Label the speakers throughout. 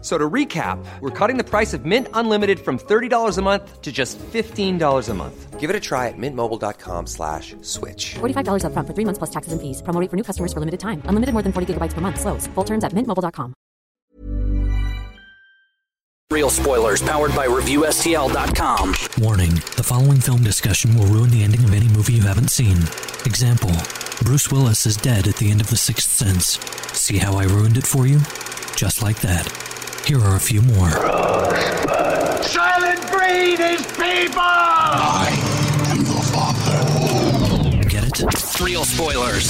Speaker 1: So to recap, we're cutting the price of Mint Unlimited from $30 a month to just $15 a month. Give it a try at mintmobile.com slash switch.
Speaker 2: $45 upfront for three months plus taxes and fees. Promo rate for new customers for limited time. Unlimited more than 40 gigabytes per month. Slows. Full terms at mintmobile.com.
Speaker 3: Real spoilers powered by ReviewSTL.com.
Speaker 4: Warning the following film discussion will ruin the ending of any movie you haven't seen. Example Bruce Willis is dead at the end of The Sixth Sense. See how I ruined it for you? Just like that. Here are a few more.
Speaker 5: Silent breed is people!
Speaker 4: Get it?
Speaker 3: Real spoilers.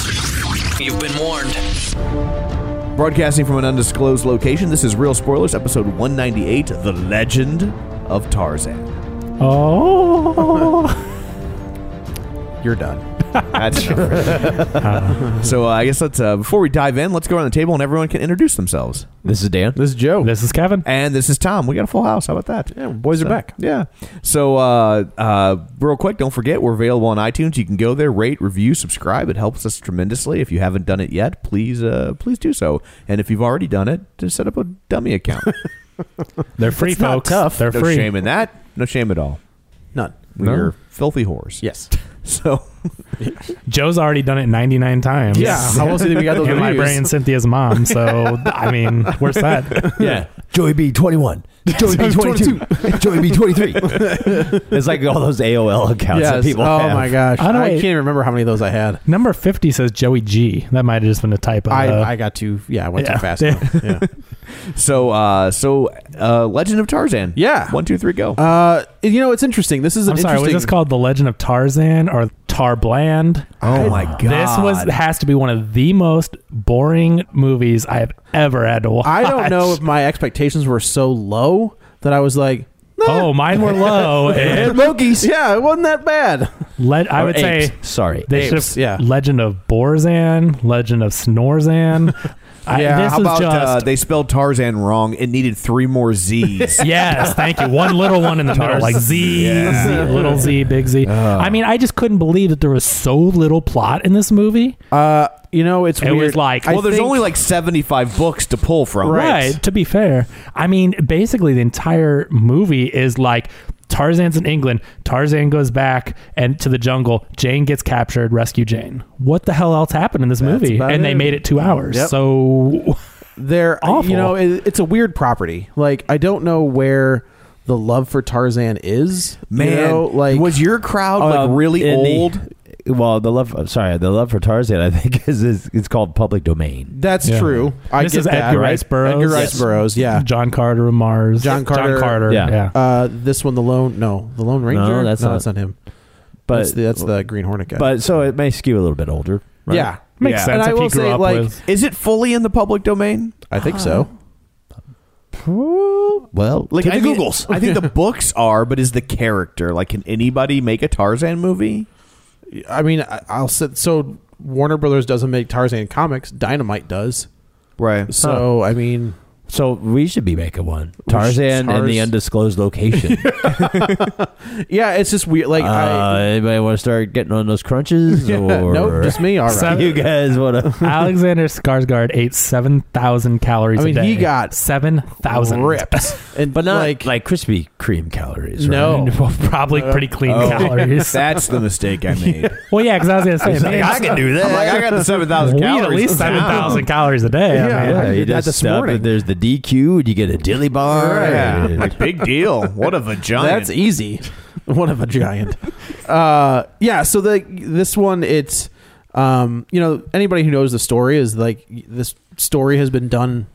Speaker 3: You've been warned.
Speaker 6: Broadcasting from an undisclosed location, this is Real Spoilers, episode 198 The Legend of Tarzan.
Speaker 7: Oh.
Speaker 6: You're done. That's enough. so uh, I guess let's, uh, before we dive in, let's go around the table and everyone can introduce themselves.
Speaker 8: This is Dan.
Speaker 7: this is Joe. This is Kevin.
Speaker 6: And this is Tom. We got a full house. How about that? Yeah,
Speaker 7: boys are back.
Speaker 6: Yeah. So, uh, uh, real quick, don't forget we're available on iTunes. You can go there, rate, review, subscribe. It helps us tremendously. If you haven't done it yet, please, uh, please do so. And if you've already done it, just set up a dummy account.
Speaker 7: They're free,
Speaker 8: It's not
Speaker 7: folks.
Speaker 8: tough.
Speaker 7: They're
Speaker 6: no
Speaker 7: free.
Speaker 6: shame in that. No shame at all.
Speaker 8: None.
Speaker 6: We're filthy whores.
Speaker 8: Yes.
Speaker 6: So,
Speaker 7: Joe's already done it 99 times.
Speaker 8: How else did we got those
Speaker 7: And my
Speaker 8: reviews?
Speaker 7: brain, Cynthia's mom. So, I mean, where's that?
Speaker 8: Yeah.
Speaker 9: Joey B twenty one. Joey B twenty two. Joey B twenty three.
Speaker 8: It's like all those AOL accounts that people
Speaker 9: oh
Speaker 8: have.
Speaker 9: my gosh.
Speaker 7: I
Speaker 9: I,
Speaker 7: don't-
Speaker 9: can't remember how many of those I had.
Speaker 7: Number 50 says Joey G. That might have just been a typo.
Speaker 9: I,
Speaker 7: though.
Speaker 9: I got too yeah, I went
Speaker 7: yeah.
Speaker 9: too fast. now. Yeah.
Speaker 6: so, uh, so, uh, Legend of Tarzan.
Speaker 9: Yeah.
Speaker 6: One, two, three, go.
Speaker 9: Uh you know, it's interesting. This is an
Speaker 7: I'm sorry. Was
Speaker 9: interesting
Speaker 7: this called The Legend of Tarzan or Tarbland?
Speaker 6: oh my god.
Speaker 7: This was has to be one of the most boring movies I have ever had to watch.
Speaker 9: I don't know if my expectations were so low that I was like
Speaker 7: oh, mine were low. and
Speaker 9: Loki's yeah, it wasn't that bad.
Speaker 7: le- I would say
Speaker 8: Sorry.
Speaker 7: They should
Speaker 9: Apes, yeah.
Speaker 7: Legend of Borzan, Legend of Snorzan. I,
Speaker 6: Yeah,
Speaker 7: this
Speaker 6: how
Speaker 7: is
Speaker 6: about uh,
Speaker 7: just
Speaker 6: they spelled Tarzan wrong? It needed three more Z's.
Speaker 7: yes, thank you. One little one in the middle, like Z, Z, little Z, big Z. I mean, I just couldn't believe that there was so little plot in this movie.
Speaker 9: Uh you know, it's
Speaker 7: It was
Speaker 9: weird.
Speaker 7: like-
Speaker 9: I
Speaker 6: well, there's
Speaker 9: think-
Speaker 6: only like 75 books to pull from.
Speaker 7: Right. To be fair, I mean, basically the entire movie is like Tarzan's in England. Tarzan goes back and to the jungle. Jane gets captured. Rescue Jane. What the hell else happened in this movie?
Speaker 9: about
Speaker 7: And they
Speaker 9: it.
Speaker 7: made it two hours.
Speaker 9: Yep.
Speaker 7: So
Speaker 9: they're
Speaker 7: Awful.
Speaker 9: You know, it, it's a weird property. Like I don't know where the love for Tarzan is. you
Speaker 6: Man,
Speaker 9: know, like
Speaker 6: was your crowd like
Speaker 8: Um,
Speaker 6: really
Speaker 8: in the-
Speaker 6: old?
Speaker 8: well, the love. I'm sorry, the love for Tarzan. I think is, is it's called public domain.
Speaker 9: that's
Speaker 7: Yeah.
Speaker 9: true. I
Speaker 7: this
Speaker 9: get
Speaker 7: is
Speaker 9: that,
Speaker 7: Edgar
Speaker 9: right?
Speaker 7: Rice Burroughs.
Speaker 9: Edgar Rice
Speaker 7: Yes.
Speaker 9: Burroughs. Yeah.
Speaker 7: John Carter of Mars.
Speaker 9: John Carter.
Speaker 7: John Carter.
Speaker 8: Yeah.
Speaker 7: Yeah.
Speaker 9: Uh, this one, the lone no, the Lone Ranger.
Speaker 8: that's not-
Speaker 9: that's not him.
Speaker 8: But
Speaker 9: that's the, that's the Green Hornet guy.
Speaker 8: but so it may skew a little bit older. Right?
Speaker 9: yeah,
Speaker 7: Makes
Speaker 9: Yeah.
Speaker 7: sense
Speaker 9: And I
Speaker 7: if
Speaker 9: will
Speaker 7: he grew
Speaker 9: say,
Speaker 7: up
Speaker 9: like,
Speaker 7: with-
Speaker 6: Is it fully in the public domain?
Speaker 9: I think so.
Speaker 6: Well, Uh-huh. like
Speaker 8: to
Speaker 6: I
Speaker 8: the
Speaker 6: mean,
Speaker 8: Googles.
Speaker 6: I think the books are, but is the character like? Can anybody make a Tarzan movie?
Speaker 9: I mean, I, I'll sit. So Warner Brothers doesn't make Tarzan comics. Dynamite does.
Speaker 6: Right.
Speaker 9: So I mean,
Speaker 8: So we should be making one Tarzan in
Speaker 9: Tarz-
Speaker 8: the undisclosed location.
Speaker 9: yeah, it's just weird. Like
Speaker 8: uh,
Speaker 9: I.
Speaker 8: anybody want to start getting on those crunches? or
Speaker 9: Nope, just me. All right.
Speaker 8: You guys want to?
Speaker 7: Alexander Skarsgård ate seven thousand calories.
Speaker 9: I mean,
Speaker 7: a day.
Speaker 9: he got
Speaker 7: seven thousand.
Speaker 9: ripped, and
Speaker 8: But not
Speaker 9: like,
Speaker 8: like, Krispy Kreme calories. Right?
Speaker 9: No.
Speaker 7: Probably pretty clean calories.
Speaker 6: That's the mistake I made.
Speaker 7: well, yeah, because I was gonna say, man,
Speaker 8: I can do
Speaker 6: I'm like,
Speaker 8: that.
Speaker 6: I got the seven thousand
Speaker 7: we
Speaker 6: calories.
Speaker 7: eat at least
Speaker 6: now.
Speaker 7: seven thousand calories a day. I mean,
Speaker 8: Yeah,
Speaker 9: I
Speaker 8: you
Speaker 9: did that
Speaker 8: just
Speaker 9: this
Speaker 8: stop
Speaker 9: morning.
Speaker 8: and There's the DQ, and you get a dilly bar.
Speaker 6: Yeah.
Speaker 8: and-
Speaker 6: Like, big deal. What a vagina.
Speaker 9: That's easy. one of a giant. uh, yeah. So the this one, it's um, you know anybody who knows the story is like this story has been done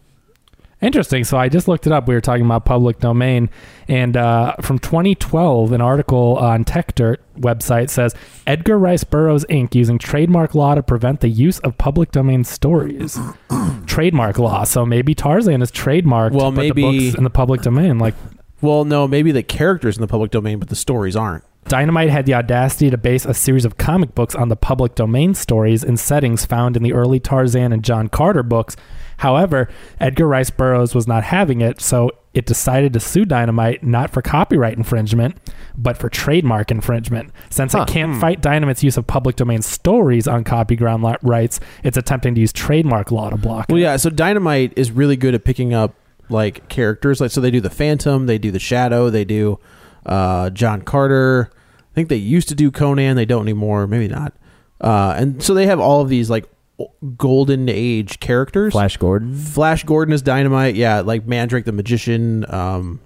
Speaker 7: Interesting. So I just looked it up. We were talking about public domain, and uh, from 2012, an article on Tech Dirt website says Edgar Rice Burroughs Inc. using trademark law to prevent the use of public domain stories. trademark law. So maybe Tarzan is trademarked.
Speaker 6: Well,
Speaker 7: but the
Speaker 6: maybe-
Speaker 7: books in the public domain, like
Speaker 6: Well, no, maybe the characters in the public domain, but the stories aren't.
Speaker 7: Dynamite had the audacity to base a series of comic books on the public domain stories and settings found in the early Tarzan and John Carter books. However, Edgar Rice Burroughs was not having it, so it decided to sue Dynamite not for copyright infringement, but for trademark infringement. Since it can't fight Dynamite's use of public domain stories on copyright li- rights, it's attempting to use trademark law to block it.
Speaker 6: Well, yeah. So Dynamite is really good at picking up like characters. Like, so they do the Phantom, they do the Shadow, they do uh, John Carter. I think they used to do Conan. They don't anymore. Maybe not. Uh, and so they have all of these like o- golden age characters.
Speaker 8: Flash Gordon.
Speaker 6: Flash Gordon is Dynamite. Yeah, like Mandrake the Magician. Um,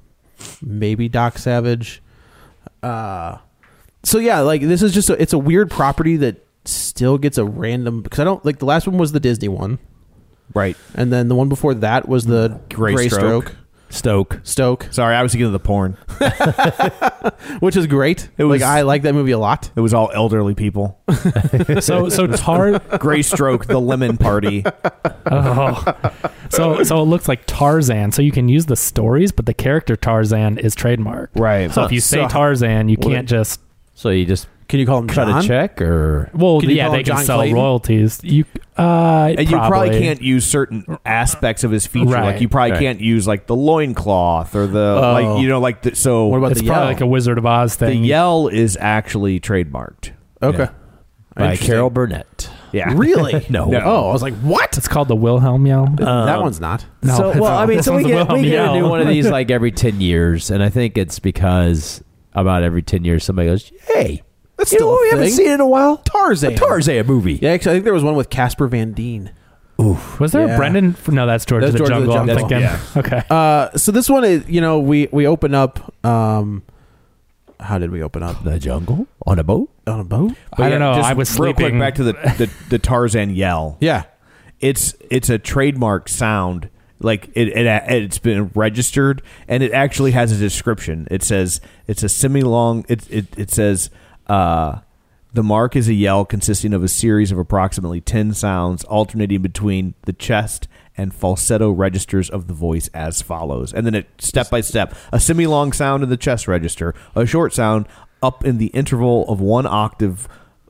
Speaker 6: maybe Doc Savage. Uh, so yeah, like this is just a, it's a weird property that still gets a random because I don't like the last one was the Disney one.
Speaker 9: Right.
Speaker 6: And then the one before that was the
Speaker 9: Gray
Speaker 6: Gray
Speaker 9: Stroke.
Speaker 6: Stroke.
Speaker 8: Stoke.
Speaker 6: Stoke,
Speaker 9: Sorry, I was thinking of the porn.
Speaker 6: which is great.
Speaker 9: It was-
Speaker 6: like I like that movie a lot.
Speaker 9: It was all elderly people.
Speaker 7: So, so Tar.
Speaker 9: Gray Stroke, the Lemon Party.
Speaker 7: Oh. So so it looks like Tarzan. So you can use the stories, but the character Tarzan is trademark.
Speaker 8: Right.
Speaker 7: So if you say
Speaker 6: So-
Speaker 7: Tarzan, you can't just
Speaker 8: So you just
Speaker 6: Can you call him
Speaker 8: cut
Speaker 6: John?
Speaker 8: a check or
Speaker 7: well
Speaker 6: Can you
Speaker 7: yeah
Speaker 6: call
Speaker 7: they
Speaker 6: him
Speaker 7: can
Speaker 6: John
Speaker 7: sell
Speaker 6: Clayton?
Speaker 7: royalties. You uh
Speaker 9: And you probably can't use certain aspects of his feature.
Speaker 7: Right.
Speaker 9: Like you probably
Speaker 8: Right.
Speaker 9: can't use like the loincloth or the
Speaker 6: Oh.
Speaker 9: like you know like the, so
Speaker 6: What about
Speaker 7: It's
Speaker 6: the
Speaker 7: probably
Speaker 6: yell?
Speaker 7: like a Wizard of Oz
Speaker 9: the
Speaker 7: thing.
Speaker 9: yell is actually trademarked.
Speaker 6: okay.
Speaker 8: by
Speaker 6: Interesting.
Speaker 8: Carol Burnett?
Speaker 9: Yeah.
Speaker 6: Really?
Speaker 8: No.
Speaker 6: Oh, I was like, what?
Speaker 7: It's called the Wilhelm yell.
Speaker 6: that one's not.
Speaker 7: No,
Speaker 8: so, well, I mean,
Speaker 7: this
Speaker 8: so we
Speaker 7: one's
Speaker 8: get,
Speaker 7: Wilhelm
Speaker 8: we get a
Speaker 7: Yell.
Speaker 8: new one of these like every 10 years. And I think it's because about every 10 years somebody goes, hey,
Speaker 6: That's
Speaker 8: you know
Speaker 6: still a
Speaker 8: what we haven't
Speaker 6: thing.
Speaker 8: seen in a while?
Speaker 6: Tarzan.
Speaker 8: A Tarzan movie.
Speaker 6: Yeah, actually, I think there was one with Casper Van Dien.
Speaker 7: Was there
Speaker 6: Yeah.
Speaker 7: a Brendan? No, that's George
Speaker 6: That's
Speaker 7: of the
Speaker 6: George of the
Speaker 7: Jungle. I'm
Speaker 6: Jungle.
Speaker 7: thinking. Okay.
Speaker 6: Uh, so this one is, you know, we we open up. Um, how did we open up?
Speaker 8: The jungle? On a boat?
Speaker 6: On a boat.
Speaker 7: I don't know.
Speaker 9: Just
Speaker 7: I was
Speaker 9: real
Speaker 7: sleeping.
Speaker 9: quick back to the, the, the Tarzan yell.
Speaker 6: Yeah.
Speaker 9: It's it's a trademark sound. Like it, it it's been registered and it actually has a description. It says it's a semi long it, it it says uh the mark is a yell consisting of a series of approximately 10 sounds alternating between the chest and falsetto registers of the voice as follows. And then it step by step a semi long sound in the chest register, a short sound up in the interval of one octave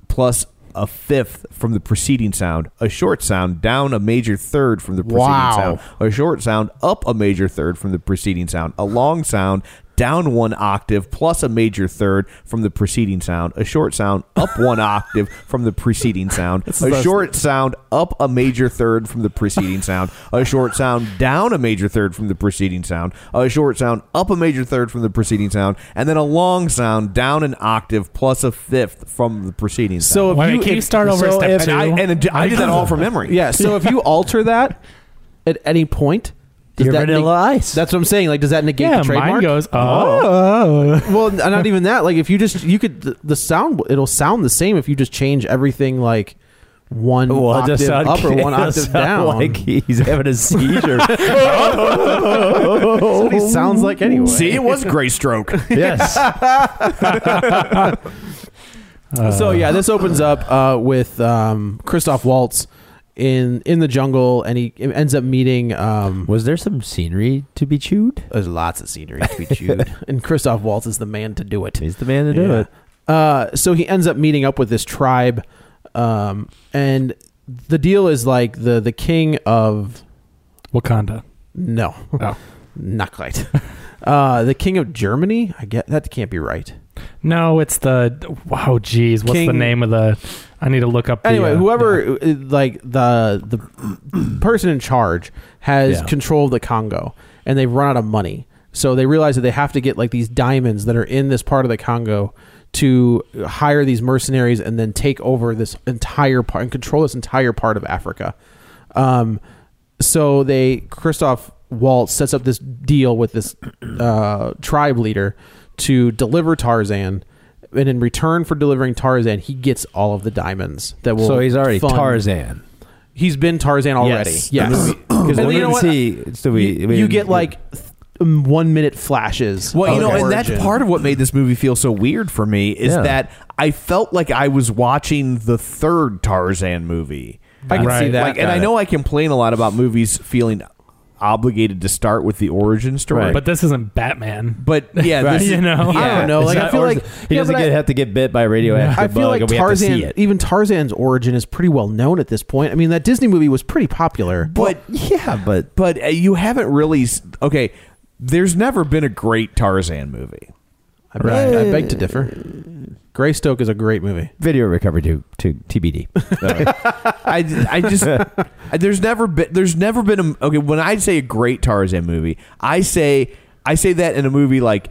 Speaker 9: plus a fifth from the preceding sound, a short sound down a major third from the preceding
Speaker 6: Wow.
Speaker 9: sound, a short sound up a major third from the preceding sound, a long sound down one octave plus a major third from the preceding sound, a short sound up one octave from the preceding sound, a short sound up a major third from the preceding sound, a short sound down a major third from the preceding sound, a short sound up a major third from the preceding sound, and then a long sound down an octave plus a fifth from the preceding
Speaker 6: So
Speaker 9: sound.
Speaker 6: if
Speaker 7: Wait,
Speaker 6: you
Speaker 7: can you
Speaker 6: if-
Speaker 7: start over
Speaker 6: so
Speaker 7: step
Speaker 6: if-
Speaker 7: two?
Speaker 9: I, and I did that all from memory.
Speaker 6: Yeah. So if you alter that at any point, does
Speaker 8: You're
Speaker 6: that
Speaker 8: Vanilla Ice.
Speaker 6: That's what I'm saying. Like, does that negate
Speaker 7: yeah,
Speaker 6: the trademark?
Speaker 7: mine goes. Oh,
Speaker 6: Well, n- not even that. Like, if you just you could the, the sound, it'll sound the same if you just change everything like one
Speaker 8: Well, it
Speaker 6: octave
Speaker 8: does sound
Speaker 6: up or
Speaker 8: it
Speaker 6: one
Speaker 8: does
Speaker 6: octave
Speaker 8: sound
Speaker 6: down.
Speaker 8: Like he's having a seizure.
Speaker 6: That's what he sounds like anyway.
Speaker 9: See, it was gray stroke.
Speaker 8: yes.
Speaker 6: so yeah, this opens up uh, with um, Christoph Waltz in in the jungle, and he ends up meeting. Um,
Speaker 8: Was there some scenery to be chewed?
Speaker 6: there's lots of scenery to be chewed, and Christoph Waltz is the man to do it.
Speaker 8: He's the man to do
Speaker 6: Yeah.
Speaker 8: it.
Speaker 6: Uh, so he ends up meeting up with this tribe, um, and the deal is like the the king of
Speaker 7: Wakanda.
Speaker 6: no,
Speaker 7: Oh.
Speaker 6: not quite. Uh, the king of Germany, I get that can't be right.
Speaker 7: No, it's the wow. Geez, what's the
Speaker 6: King-
Speaker 7: name of the? I need to look up. The,
Speaker 6: Anyway,
Speaker 7: uh,
Speaker 6: whoever uh, like the the person in charge has
Speaker 8: Yeah.
Speaker 6: control of the Congo, and they've run out of money, so they realize that they have to get like these diamonds that are in this part of the Congo to hire these mercenaries and then take over this entire part and control this entire part of Africa. Um, so they Christoph Waltz sets up this deal with this uh, tribe leader to deliver Tarzan, and in return for delivering Tarzan, he gets all of the diamonds that will.
Speaker 8: so he's already
Speaker 6: fund-
Speaker 8: Tarzan.
Speaker 6: He's been Tarzan already.
Speaker 8: Yes.
Speaker 6: Yes.
Speaker 8: Because
Speaker 6: And
Speaker 8: we
Speaker 6: you know
Speaker 8: didn't
Speaker 6: what?
Speaker 8: see. So we,
Speaker 6: you,
Speaker 8: we
Speaker 6: you
Speaker 8: didn't-
Speaker 6: get like one minute flashes.
Speaker 9: Well, you
Speaker 6: of
Speaker 9: know, and
Speaker 6: origin.
Speaker 9: that's part of what made this movie feel so weird for me is
Speaker 8: Yeah.
Speaker 9: that I felt like I was watching the third Tarzan movie.
Speaker 8: I can
Speaker 7: Right.
Speaker 8: see that.
Speaker 9: Like, and
Speaker 8: Got
Speaker 9: I
Speaker 8: it.
Speaker 9: know I complain a lot about movies feeling obligated to start with the origin story,
Speaker 8: Right.
Speaker 7: But this isn't Batman.
Speaker 9: but yeah,
Speaker 8: Right.
Speaker 9: this is-
Speaker 7: You know?
Speaker 9: yeah.
Speaker 6: I don't know.
Speaker 8: It's
Speaker 6: Like I
Speaker 8: not-
Speaker 6: feel
Speaker 8: or
Speaker 6: like
Speaker 8: he
Speaker 6: yeah,
Speaker 8: doesn't
Speaker 6: but
Speaker 8: get,
Speaker 6: I-
Speaker 8: have to get bit by a radioactive
Speaker 6: I feel
Speaker 8: bug,
Speaker 6: like
Speaker 8: and we have to see
Speaker 6: Tarzan,
Speaker 8: it.
Speaker 6: even Tarzan's origin is pretty well known at this point. I mean, that Disney movie was pretty popular.
Speaker 9: But yeah, but but uh, you haven't really s- okay. There's never been a great Tarzan movie.
Speaker 6: I, beg- I beg to differ.
Speaker 9: uh,
Speaker 6: Greystoke is a great movie.
Speaker 8: Video recovery to to TBD.
Speaker 9: I, I just I- there's never been there's never been a okay when I say a great Tarzan movie I say I say that in a movie like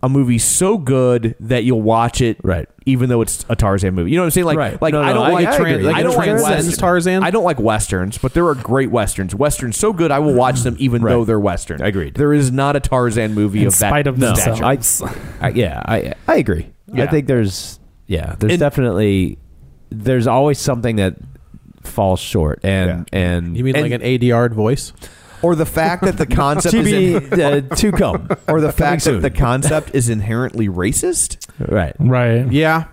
Speaker 9: a movie so good that you'll watch it
Speaker 8: Right.
Speaker 9: even though it's a Tarzan movie you know what I'm saying like
Speaker 8: Right.
Speaker 9: like
Speaker 8: No,
Speaker 9: I
Speaker 8: no,
Speaker 9: don't
Speaker 8: I-
Speaker 9: like
Speaker 8: I
Speaker 9: tran-
Speaker 8: agree. Like
Speaker 9: I
Speaker 8: it
Speaker 9: don't like
Speaker 8: transcends
Speaker 9: westerns.
Speaker 6: Tarzan?
Speaker 9: I don't like westerns but there are great westerns westerns so good I will watch them even
Speaker 8: Right.
Speaker 9: though they're western
Speaker 8: Agreed.
Speaker 9: there is not a Tarzan movie
Speaker 7: In
Speaker 9: of that
Speaker 7: spite of
Speaker 9: stature.
Speaker 7: themselves.
Speaker 8: I, I- yeah, I I agree.
Speaker 9: Yeah.
Speaker 8: I think there's yeah, there's
Speaker 9: And-
Speaker 8: definitely there's always something that falls short, and and
Speaker 6: You mean
Speaker 9: And-
Speaker 6: like an ADR voied
Speaker 9: or the fact that the concept is in-
Speaker 8: TBD uh, to come
Speaker 9: or the
Speaker 8: Coming
Speaker 9: fact that
Speaker 8: soon.
Speaker 9: the concept is inherently racist
Speaker 8: right.
Speaker 7: Right.
Speaker 6: voice? Yeah, I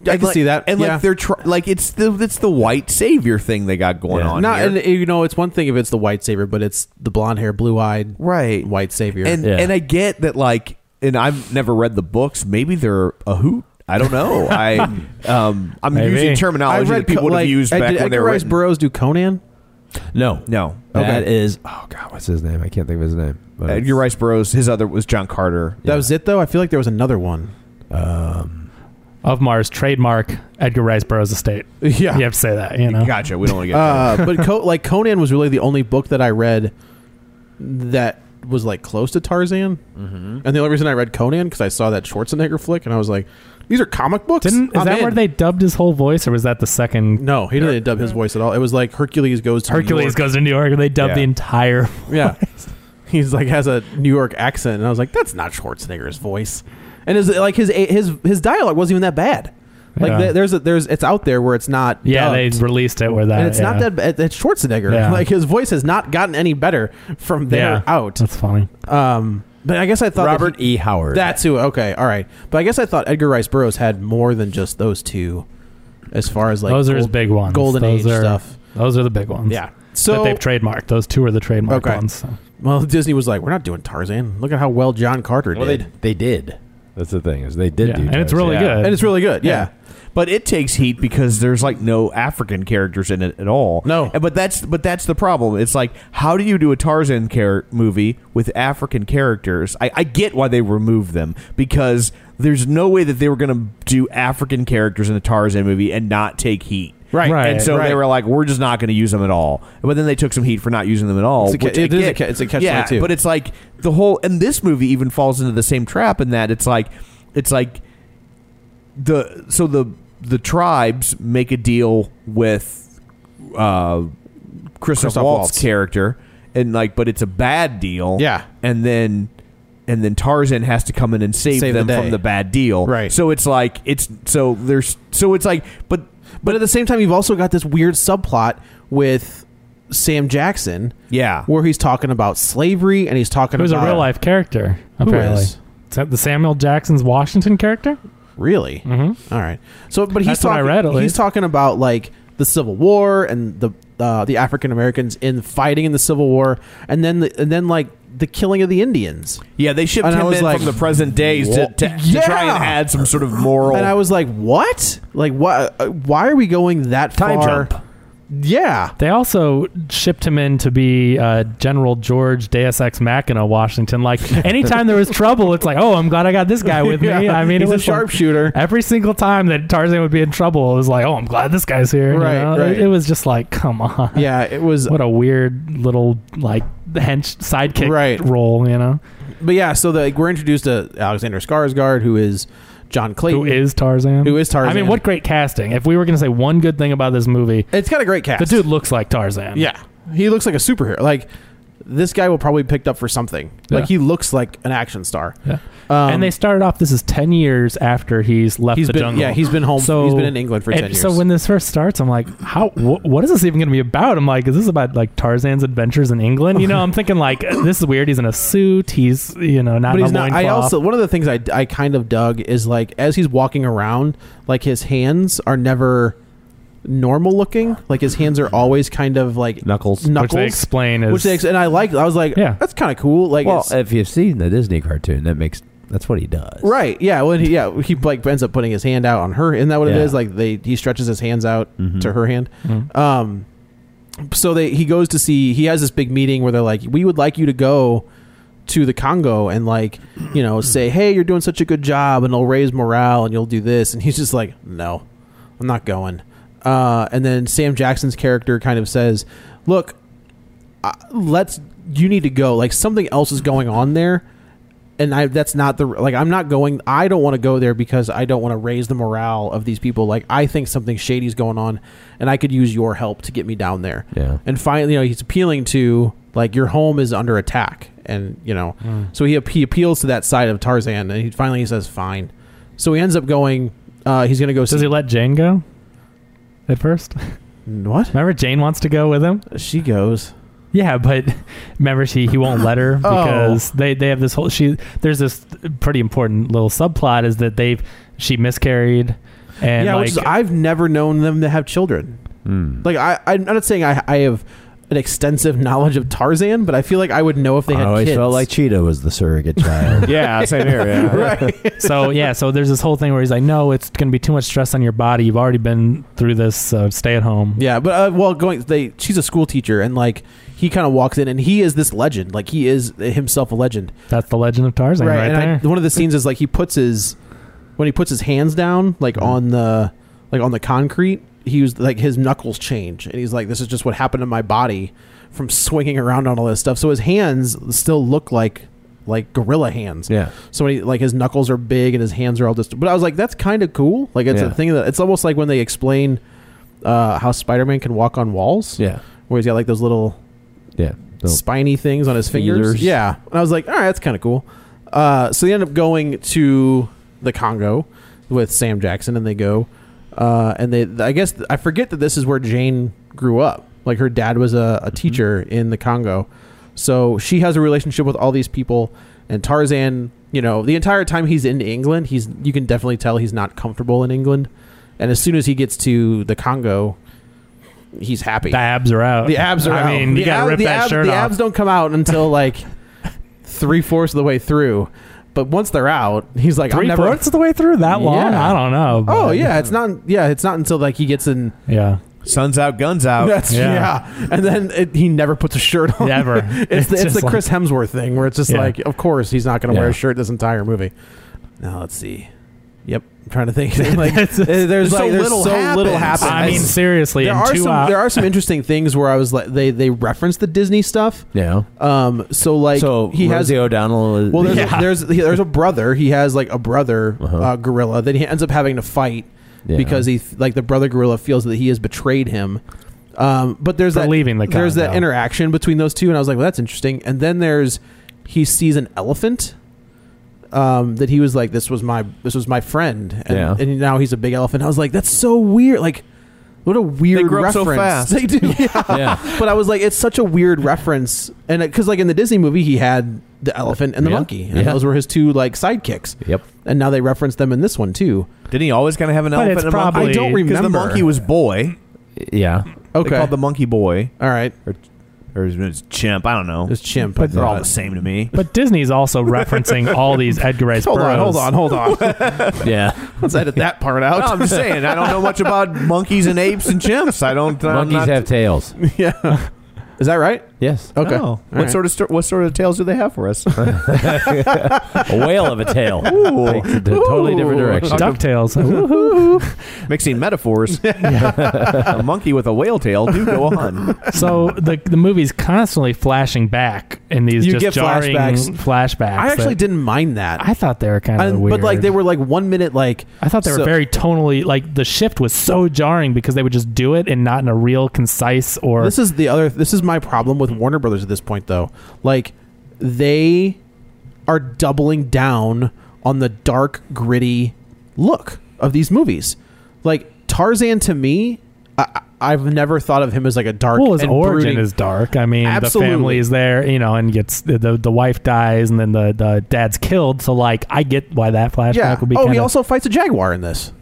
Speaker 9: And
Speaker 6: can
Speaker 9: like-
Speaker 6: see that.
Speaker 9: and
Speaker 6: Yeah.
Speaker 9: like they're tr- like it's the it's the white savior thing they got going
Speaker 8: Yeah.
Speaker 9: on.
Speaker 6: not.
Speaker 9: here.
Speaker 6: And, you know, it's one thing if it's the white savior, but it's the blonde hair, blue eyed,
Speaker 9: right
Speaker 6: white savior.
Speaker 9: and
Speaker 8: Yeah.
Speaker 9: and I get that like and I've never read the books. Maybe they're a hoot. I don't know. I um I'm
Speaker 7: Maybe.
Speaker 9: using terminology that people
Speaker 6: co-
Speaker 9: would have
Speaker 6: like,
Speaker 9: used
Speaker 6: uh,
Speaker 9: back
Speaker 6: did
Speaker 9: when they
Speaker 6: Edgar
Speaker 9: were
Speaker 6: Rice
Speaker 9: written.
Speaker 6: Burroughs do Conan.
Speaker 8: No,
Speaker 9: no.
Speaker 8: that
Speaker 9: Okay. Uh,
Speaker 8: is oh god, what's his name? I can't think of his name. But
Speaker 9: Edgar Rice Burroughs. His other was John Carter.
Speaker 6: That was it, though. I feel like there was another one.
Speaker 7: Of Mars trademark Edgar Rice Burroughs estate.
Speaker 6: Yeah.
Speaker 7: You have to say that, you know.
Speaker 9: Gotcha. We don't want to get.
Speaker 6: Uh, but Co- like Conan was really the only book that I read that was like close to Tarzan. Mm-hmm. And the only reason I read Conan because I saw that Schwarzenegger flick, and I was like, "These are comic books."
Speaker 7: Didn't is
Speaker 6: I'm
Speaker 7: that
Speaker 6: in."
Speaker 7: where they dubbed his whole voice or was that the second
Speaker 6: No, he didn't dub his voice at all. It was like Hercules goes to New
Speaker 7: Hercules
Speaker 6: York.
Speaker 7: goes to New York and they dubbed
Speaker 9: Yeah.
Speaker 7: the entire
Speaker 6: Yeah, he's like has a New York accent, and I was like, "That's not Schwarzenegger's voice." And his like his his his dialogue wasn't even that bad. Like
Speaker 7: Yeah.
Speaker 6: there- there's a, there's it's out there where it's not.
Speaker 7: Yeah,
Speaker 6: dubbed.
Speaker 7: they released it with that.
Speaker 6: and it's not
Speaker 7: yeah.
Speaker 6: that bad. It's Schwarzenegger.
Speaker 7: Yeah.
Speaker 6: Like his voice has not gotten any better from there
Speaker 7: yeah.
Speaker 6: out.
Speaker 7: That's funny.
Speaker 6: Um, but I guess I thought that
Speaker 8: Robert
Speaker 6: he-
Speaker 8: E. Howard.
Speaker 6: That's who. Okay, all right. But I guess I thought Edgar Rice Burroughs had more than just those two, as far as like
Speaker 7: those are his
Speaker 6: gold-
Speaker 7: big ones.
Speaker 6: golden
Speaker 7: those
Speaker 6: age
Speaker 7: are,
Speaker 6: stuff.
Speaker 7: Those are the big ones.
Speaker 6: Yeah.
Speaker 7: that
Speaker 6: So
Speaker 7: they've trademarked. Those two are the trademark
Speaker 6: Okay.
Speaker 7: ones. so.
Speaker 6: well, Disney was like, "We're not doing Tarzan. Look at how well John Carter
Speaker 8: well, they
Speaker 6: did,
Speaker 8: they did. That's the thing is they did
Speaker 7: Yeah,
Speaker 8: do,
Speaker 7: and it's
Speaker 8: Tarzan.
Speaker 7: really
Speaker 8: Yeah.
Speaker 7: good.
Speaker 6: and it's really good." Yeah.
Speaker 9: But it takes heat because there's like no African characters in it at all.
Speaker 6: No.
Speaker 9: And- but that's but that's the problem. It's like how do you do a Tarzan char- movie with African characters? I, I get why they removed them because there's no way that they were going to do African characters in a Tarzan movie and not take heat.
Speaker 6: Right.
Speaker 7: Right,
Speaker 9: and so they
Speaker 6: right.
Speaker 9: were like, "We're just not going to use them at all." But then they took some heat for not using them at all.
Speaker 6: It's a ca-
Speaker 9: Oh, which I
Speaker 6: it is a
Speaker 9: get.
Speaker 6: ca- it's a catch
Speaker 9: yeah,
Speaker 6: 22.
Speaker 9: But it's like the whole, and this movie even falls into the same trap in that it's like, it's like the so the the tribes make a deal with uh Christoph,
Speaker 6: Christoph
Speaker 9: Waltz,
Speaker 6: Waltz.
Speaker 9: character and like but it's a bad deal.
Speaker 6: Yeah.
Speaker 9: And then and then Tarzan has to come in and save,
Speaker 6: Save the
Speaker 9: them
Speaker 6: day.
Speaker 9: from the bad deal.
Speaker 6: Right.
Speaker 9: So it's like it's so there's so it's like but
Speaker 6: But at the same time, you've also got this weird subplot with Sam Jackson,
Speaker 9: yeah.
Speaker 6: where he's talking about slavery and he's talking
Speaker 7: Who's a
Speaker 6: about
Speaker 7: real life character?
Speaker 6: Who
Speaker 7: Apparently,
Speaker 6: is?
Speaker 7: Is that the Samuel Jackson's Washington character?
Speaker 6: Really? Mm-hmm. right. So, but he's
Speaker 7: That's what I
Speaker 6: talking.
Speaker 7: read, at
Speaker 6: he's
Speaker 7: least.
Speaker 6: talking about like the Civil War and the uh, the African Americans in fighting in the Civil War, and then the, and then like the killing of the Indians.
Speaker 9: Yeah, they shipped
Speaker 6: And I
Speaker 9: him
Speaker 6: was
Speaker 9: in
Speaker 6: like,
Speaker 9: from the present days to,
Speaker 6: "What?"
Speaker 9: to, to try and
Speaker 6: Yeah.
Speaker 9: add some sort of moral
Speaker 6: And I was like, what? Like, why? uh, Why are we going that
Speaker 8: Time
Speaker 6: far?
Speaker 8: jump.
Speaker 6: Yeah.
Speaker 7: They also shipped him in to be uh, General George Deus Ex Machina Washington. Like anytime there was trouble, it's like, oh, I'm glad I got this guy with me.
Speaker 6: Yeah.
Speaker 7: I mean,
Speaker 6: he's
Speaker 7: it
Speaker 6: a
Speaker 7: was like-
Speaker 6: sharpshooter.
Speaker 7: Every single time that Tarzan would be in trouble, it was like, oh, I'm glad this guy's here. you
Speaker 6: Right,
Speaker 7: know?
Speaker 6: right.
Speaker 7: It, it was just like, come on.
Speaker 6: Yeah, it was.
Speaker 7: What a weird little like hench sidekick
Speaker 6: Right.
Speaker 7: role, you know?
Speaker 6: But yeah, so the, like, we're introduced to Alexander Skarsgård, who is John Clayton,
Speaker 7: Who is Tarzan?
Speaker 6: Who is Tarzan.
Speaker 7: I mean, what great casting! If we were going to say one good thing about this movie,
Speaker 6: It's got a great cast.
Speaker 7: the dude looks like Tarzan.
Speaker 6: Yeah, he looks like a superhero. Like this guy will probably be picked up for something.
Speaker 7: Yeah.
Speaker 6: Like he looks like an action star.
Speaker 7: Yeah.
Speaker 6: Um,
Speaker 7: and they started off. This is ten years after he's left
Speaker 6: He's
Speaker 7: the
Speaker 6: been-
Speaker 7: jungle.
Speaker 6: yeah, he's been home- he's been in England for
Speaker 7: and
Speaker 6: 10
Speaker 7: So
Speaker 6: years.
Speaker 7: when this first starts, I'm like, how? Wh- what is this even going to be about? I'm like, is this about like Tarzan's adventures in England? You know, I'm thinking like, this is weird. He's in a suit. He's you know not.
Speaker 6: but
Speaker 7: in
Speaker 6: he's
Speaker 7: a
Speaker 6: not. I
Speaker 7: loincloth.
Speaker 6: also one of the things I, I kind of dug is like as he's walking around, like his hands are never normal looking. Like his hands are always kind of like
Speaker 8: Knuckles.
Speaker 6: knuckles.
Speaker 7: Which they explain as-
Speaker 6: Which they ex- and I like. I was like,
Speaker 7: Yeah.
Speaker 6: yeah, that's kind of cool. Like,
Speaker 8: well,
Speaker 6: it's-
Speaker 8: if you've seen the Disney cartoon, that makes that's what he does.
Speaker 6: Right. Yeah. When he, yeah, he like ends up putting his hand out on her. Isn't that what it
Speaker 8: Yeah.
Speaker 6: is? Like they he stretches his hands out
Speaker 8: Mhm.
Speaker 6: to her hand. Um, so they he goes to see he has this big meeting where they're like, we would like you to go to the Congo and like you know say, hey, you're doing such a good job, and it'll raise morale, and you'll do this, and he's just like, no, I'm not going. Uh, and then Sam Jackson's character kind of says, look, uh, let's you need to go like something else is going on there and I that's not the like I'm not going I don't want to go there because I don't want to raise the morale of these people like I think something shady's going on and I could use your help to get me down there.
Speaker 8: Yeah.
Speaker 6: And finally you know he's appealing to like your home is under attack and you know
Speaker 7: Mm.
Speaker 6: so he, he appeals to that side of Tarzan and he finally he says fine. So he ends up going uh he's going to go
Speaker 7: Does
Speaker 6: see
Speaker 7: he let Jane go at first?
Speaker 6: what?
Speaker 7: Remember, Jane wants to go with him.
Speaker 6: She goes.
Speaker 7: Yeah, but remember, she he won't let her
Speaker 6: Oh.
Speaker 7: because they they have this whole she. There's this pretty important little subplot is that they've she miscarried and
Speaker 6: yeah,
Speaker 7: like
Speaker 6: which is, I've never known them to have children.
Speaker 8: Hmm.
Speaker 6: Like I, I'm not saying I, I have an extensive knowledge of Tarzan, but I feel like I would know if they
Speaker 8: I
Speaker 6: had
Speaker 8: always
Speaker 6: kids.
Speaker 8: felt like Cheetah was the surrogate child.
Speaker 10: Yeah, same here. Yeah.
Speaker 6: right.
Speaker 7: so yeah, so there's this whole thing where he's like, no, it's going to be too much stress on your body. You've already been through this. Uh, stay at home.
Speaker 6: Yeah, but uh, well, going they she's a school teacher, and like he kind of walks in, and he is this legend. Like he is himself a legend.
Speaker 7: That's the legend of Tarzan, right,
Speaker 6: and
Speaker 7: there.
Speaker 6: I, one of the scenes is like he puts his when he puts his hands down like
Speaker 8: Mm-hmm.
Speaker 6: on the like on the concrete he was like his knuckles change and he's like this is just what happened to my body from swinging around on all this stuff so his hands still look like like gorilla hands
Speaker 8: Yeah.
Speaker 6: so when he, like his knuckles are big and his hands are all just but i was like that's kind of cool like it's
Speaker 8: Yeah.
Speaker 6: a thing that it's almost like when they explain uh how spider-man can walk on walls
Speaker 8: yeah,
Speaker 6: where he's got like those little
Speaker 8: yeah. So-
Speaker 6: spiny things on his fingers.
Speaker 8: Feelers.
Speaker 6: Yeah. And I was like, all right, that's kind of cool. Uh, so they end up going to the Congo with Sam Jackson, and they go, uh, and they, I guess, I forget that this is where Jane grew up. Like her dad was a, a teacher in the Congo. So she has a relationship with all these people, and Tarzan, you know, the entire time he's in England, he's, you can definitely tell he's not comfortable in England. And as soon as he gets to the Congo, he's happy.
Speaker 7: the abs are out.
Speaker 6: The abs are
Speaker 7: I
Speaker 6: out.
Speaker 7: mean, you
Speaker 6: The
Speaker 7: got
Speaker 6: ab-
Speaker 7: to rip
Speaker 6: the
Speaker 7: that
Speaker 6: ab-
Speaker 7: shirt
Speaker 6: The
Speaker 7: off.
Speaker 6: abs don't come out until like three fourths of the way through. But once they're out, he's like,
Speaker 7: Three
Speaker 6: I'm never.
Speaker 7: fourths of the way through that long.
Speaker 6: Yeah.
Speaker 7: I don't know.
Speaker 6: Oh
Speaker 7: but-
Speaker 6: yeah, it's not. Yeah, it's not until like he gets in.
Speaker 7: yeah.
Speaker 9: Sun's out, guns out.
Speaker 6: That's
Speaker 7: Yeah.
Speaker 6: yeah. and then it, he never puts a shirt on.
Speaker 7: Never. It's
Speaker 6: Oh, it's the, it's
Speaker 7: just
Speaker 6: the
Speaker 7: like-
Speaker 6: Chris Hemsworth thing where it's just
Speaker 7: Yeah.
Speaker 6: like, of course he's not going to wear
Speaker 8: Yeah.
Speaker 6: a shirt this entire movie. Now let's see. Yep, I'm trying to think. like, there's like there's so little happens.
Speaker 7: I mean, seriously,
Speaker 6: there
Speaker 7: in
Speaker 6: are
Speaker 7: two
Speaker 6: some
Speaker 7: hours,
Speaker 6: there are some interesting things where I was like they they reference the Disney stuff.
Speaker 8: yeah.
Speaker 6: Um, so like
Speaker 8: so
Speaker 6: he has.
Speaker 8: Rosie O'Donnell. Is,
Speaker 6: Well, there's
Speaker 7: Yeah.
Speaker 6: there's he- there's a brother. He has like a brother uh
Speaker 8: Uh-huh.
Speaker 6: gorilla that he ends up having to fight
Speaker 8: Yeah.
Speaker 6: because he like the brother gorilla feels that he has betrayed him. Um, but there's
Speaker 7: For
Speaker 6: that
Speaker 7: leaving the
Speaker 6: there's that
Speaker 7: Congo.
Speaker 6: interaction between those two, and I was like, well, that's interesting. And then there's he sees an elephant. Um, that he was like, this was my this was my friend, and,
Speaker 8: Yeah.
Speaker 6: and now he's a big elephant. I was like, that's so weird. Like, what a weird
Speaker 9: grow up
Speaker 6: reference.
Speaker 9: so fast.
Speaker 6: They do. Yeah.
Speaker 8: Yeah.
Speaker 6: But I was like, it's such a weird reference, and because like in the Disney movie, he had the elephant and the
Speaker 8: Yeah.
Speaker 6: monkey, and
Speaker 8: Yeah.
Speaker 6: those were his two like sidekicks.
Speaker 8: Yep.
Speaker 6: And now they reference them in this one too.
Speaker 9: Didn't he always kind of have an
Speaker 7: But
Speaker 9: elephant
Speaker 7: it's
Speaker 9: and a monkey?
Speaker 7: probably- I don't
Speaker 9: 'Cause the
Speaker 6: remember.
Speaker 9: monkey was boy.
Speaker 8: Yeah.
Speaker 6: Okay.
Speaker 9: They called the monkey boy.
Speaker 6: All right.
Speaker 9: Or, or it was chimp. I don't know.
Speaker 6: It's chimp. I
Speaker 9: But they're all
Speaker 6: thought.
Speaker 9: the same to me.
Speaker 7: but Disney's also referencing all these Edgar Rice
Speaker 6: Hold on, hold
Speaker 7: Burroughs.
Speaker 6: on, hold on.
Speaker 8: Yeah.
Speaker 6: Let's edit that part out.
Speaker 9: No, I'm just saying I don't know much about monkeys and apes and chimps. I don't. I'm
Speaker 8: Monkeys
Speaker 9: not-
Speaker 8: have tails.
Speaker 6: yeah. Is that right?
Speaker 8: Yes.
Speaker 6: Okay.
Speaker 9: No.
Speaker 6: All
Speaker 9: What
Speaker 6: right.
Speaker 9: sort of sto- what sort of tales do they have for us?
Speaker 8: A whale of a tail. Takes it to a totally different
Speaker 9: Ooh.
Speaker 8: direction.
Speaker 7: Ducktales. Woohoo.
Speaker 9: Mixing metaphors. a monkey with a whale tail do go on.
Speaker 7: so the the movie's constantly flashing back in these
Speaker 6: You
Speaker 7: just
Speaker 6: get
Speaker 7: jarring
Speaker 6: flashbacks.
Speaker 7: flashbacks
Speaker 6: I actually
Speaker 7: that-
Speaker 6: didn't mind that.
Speaker 7: I thought they were kind of
Speaker 6: And-
Speaker 7: weird,
Speaker 6: But like they were like one minute like
Speaker 7: I thought they were
Speaker 6: so-
Speaker 7: very tonally like the shift was so jarring because they would just do it and not in a real concise or
Speaker 6: This is the other. This is my problem with with Warner Brothers at this point, though. Like, they are doubling down on the dark, gritty look of these movies. Like Tarzan, to me, I, I- I've never thought of him as like a dark.
Speaker 7: Well, his
Speaker 6: and
Speaker 7: origin
Speaker 6: brooding-
Speaker 7: is dark. I mean,
Speaker 6: Absolutely.
Speaker 7: the family is there, you know, and gets the, the the wife dies, and then the the dad's killed. So like, I get why that flashback
Speaker 6: Yeah.
Speaker 7: would be.
Speaker 6: oh, he
Speaker 7: kinda-
Speaker 6: also fights a jaguar in this,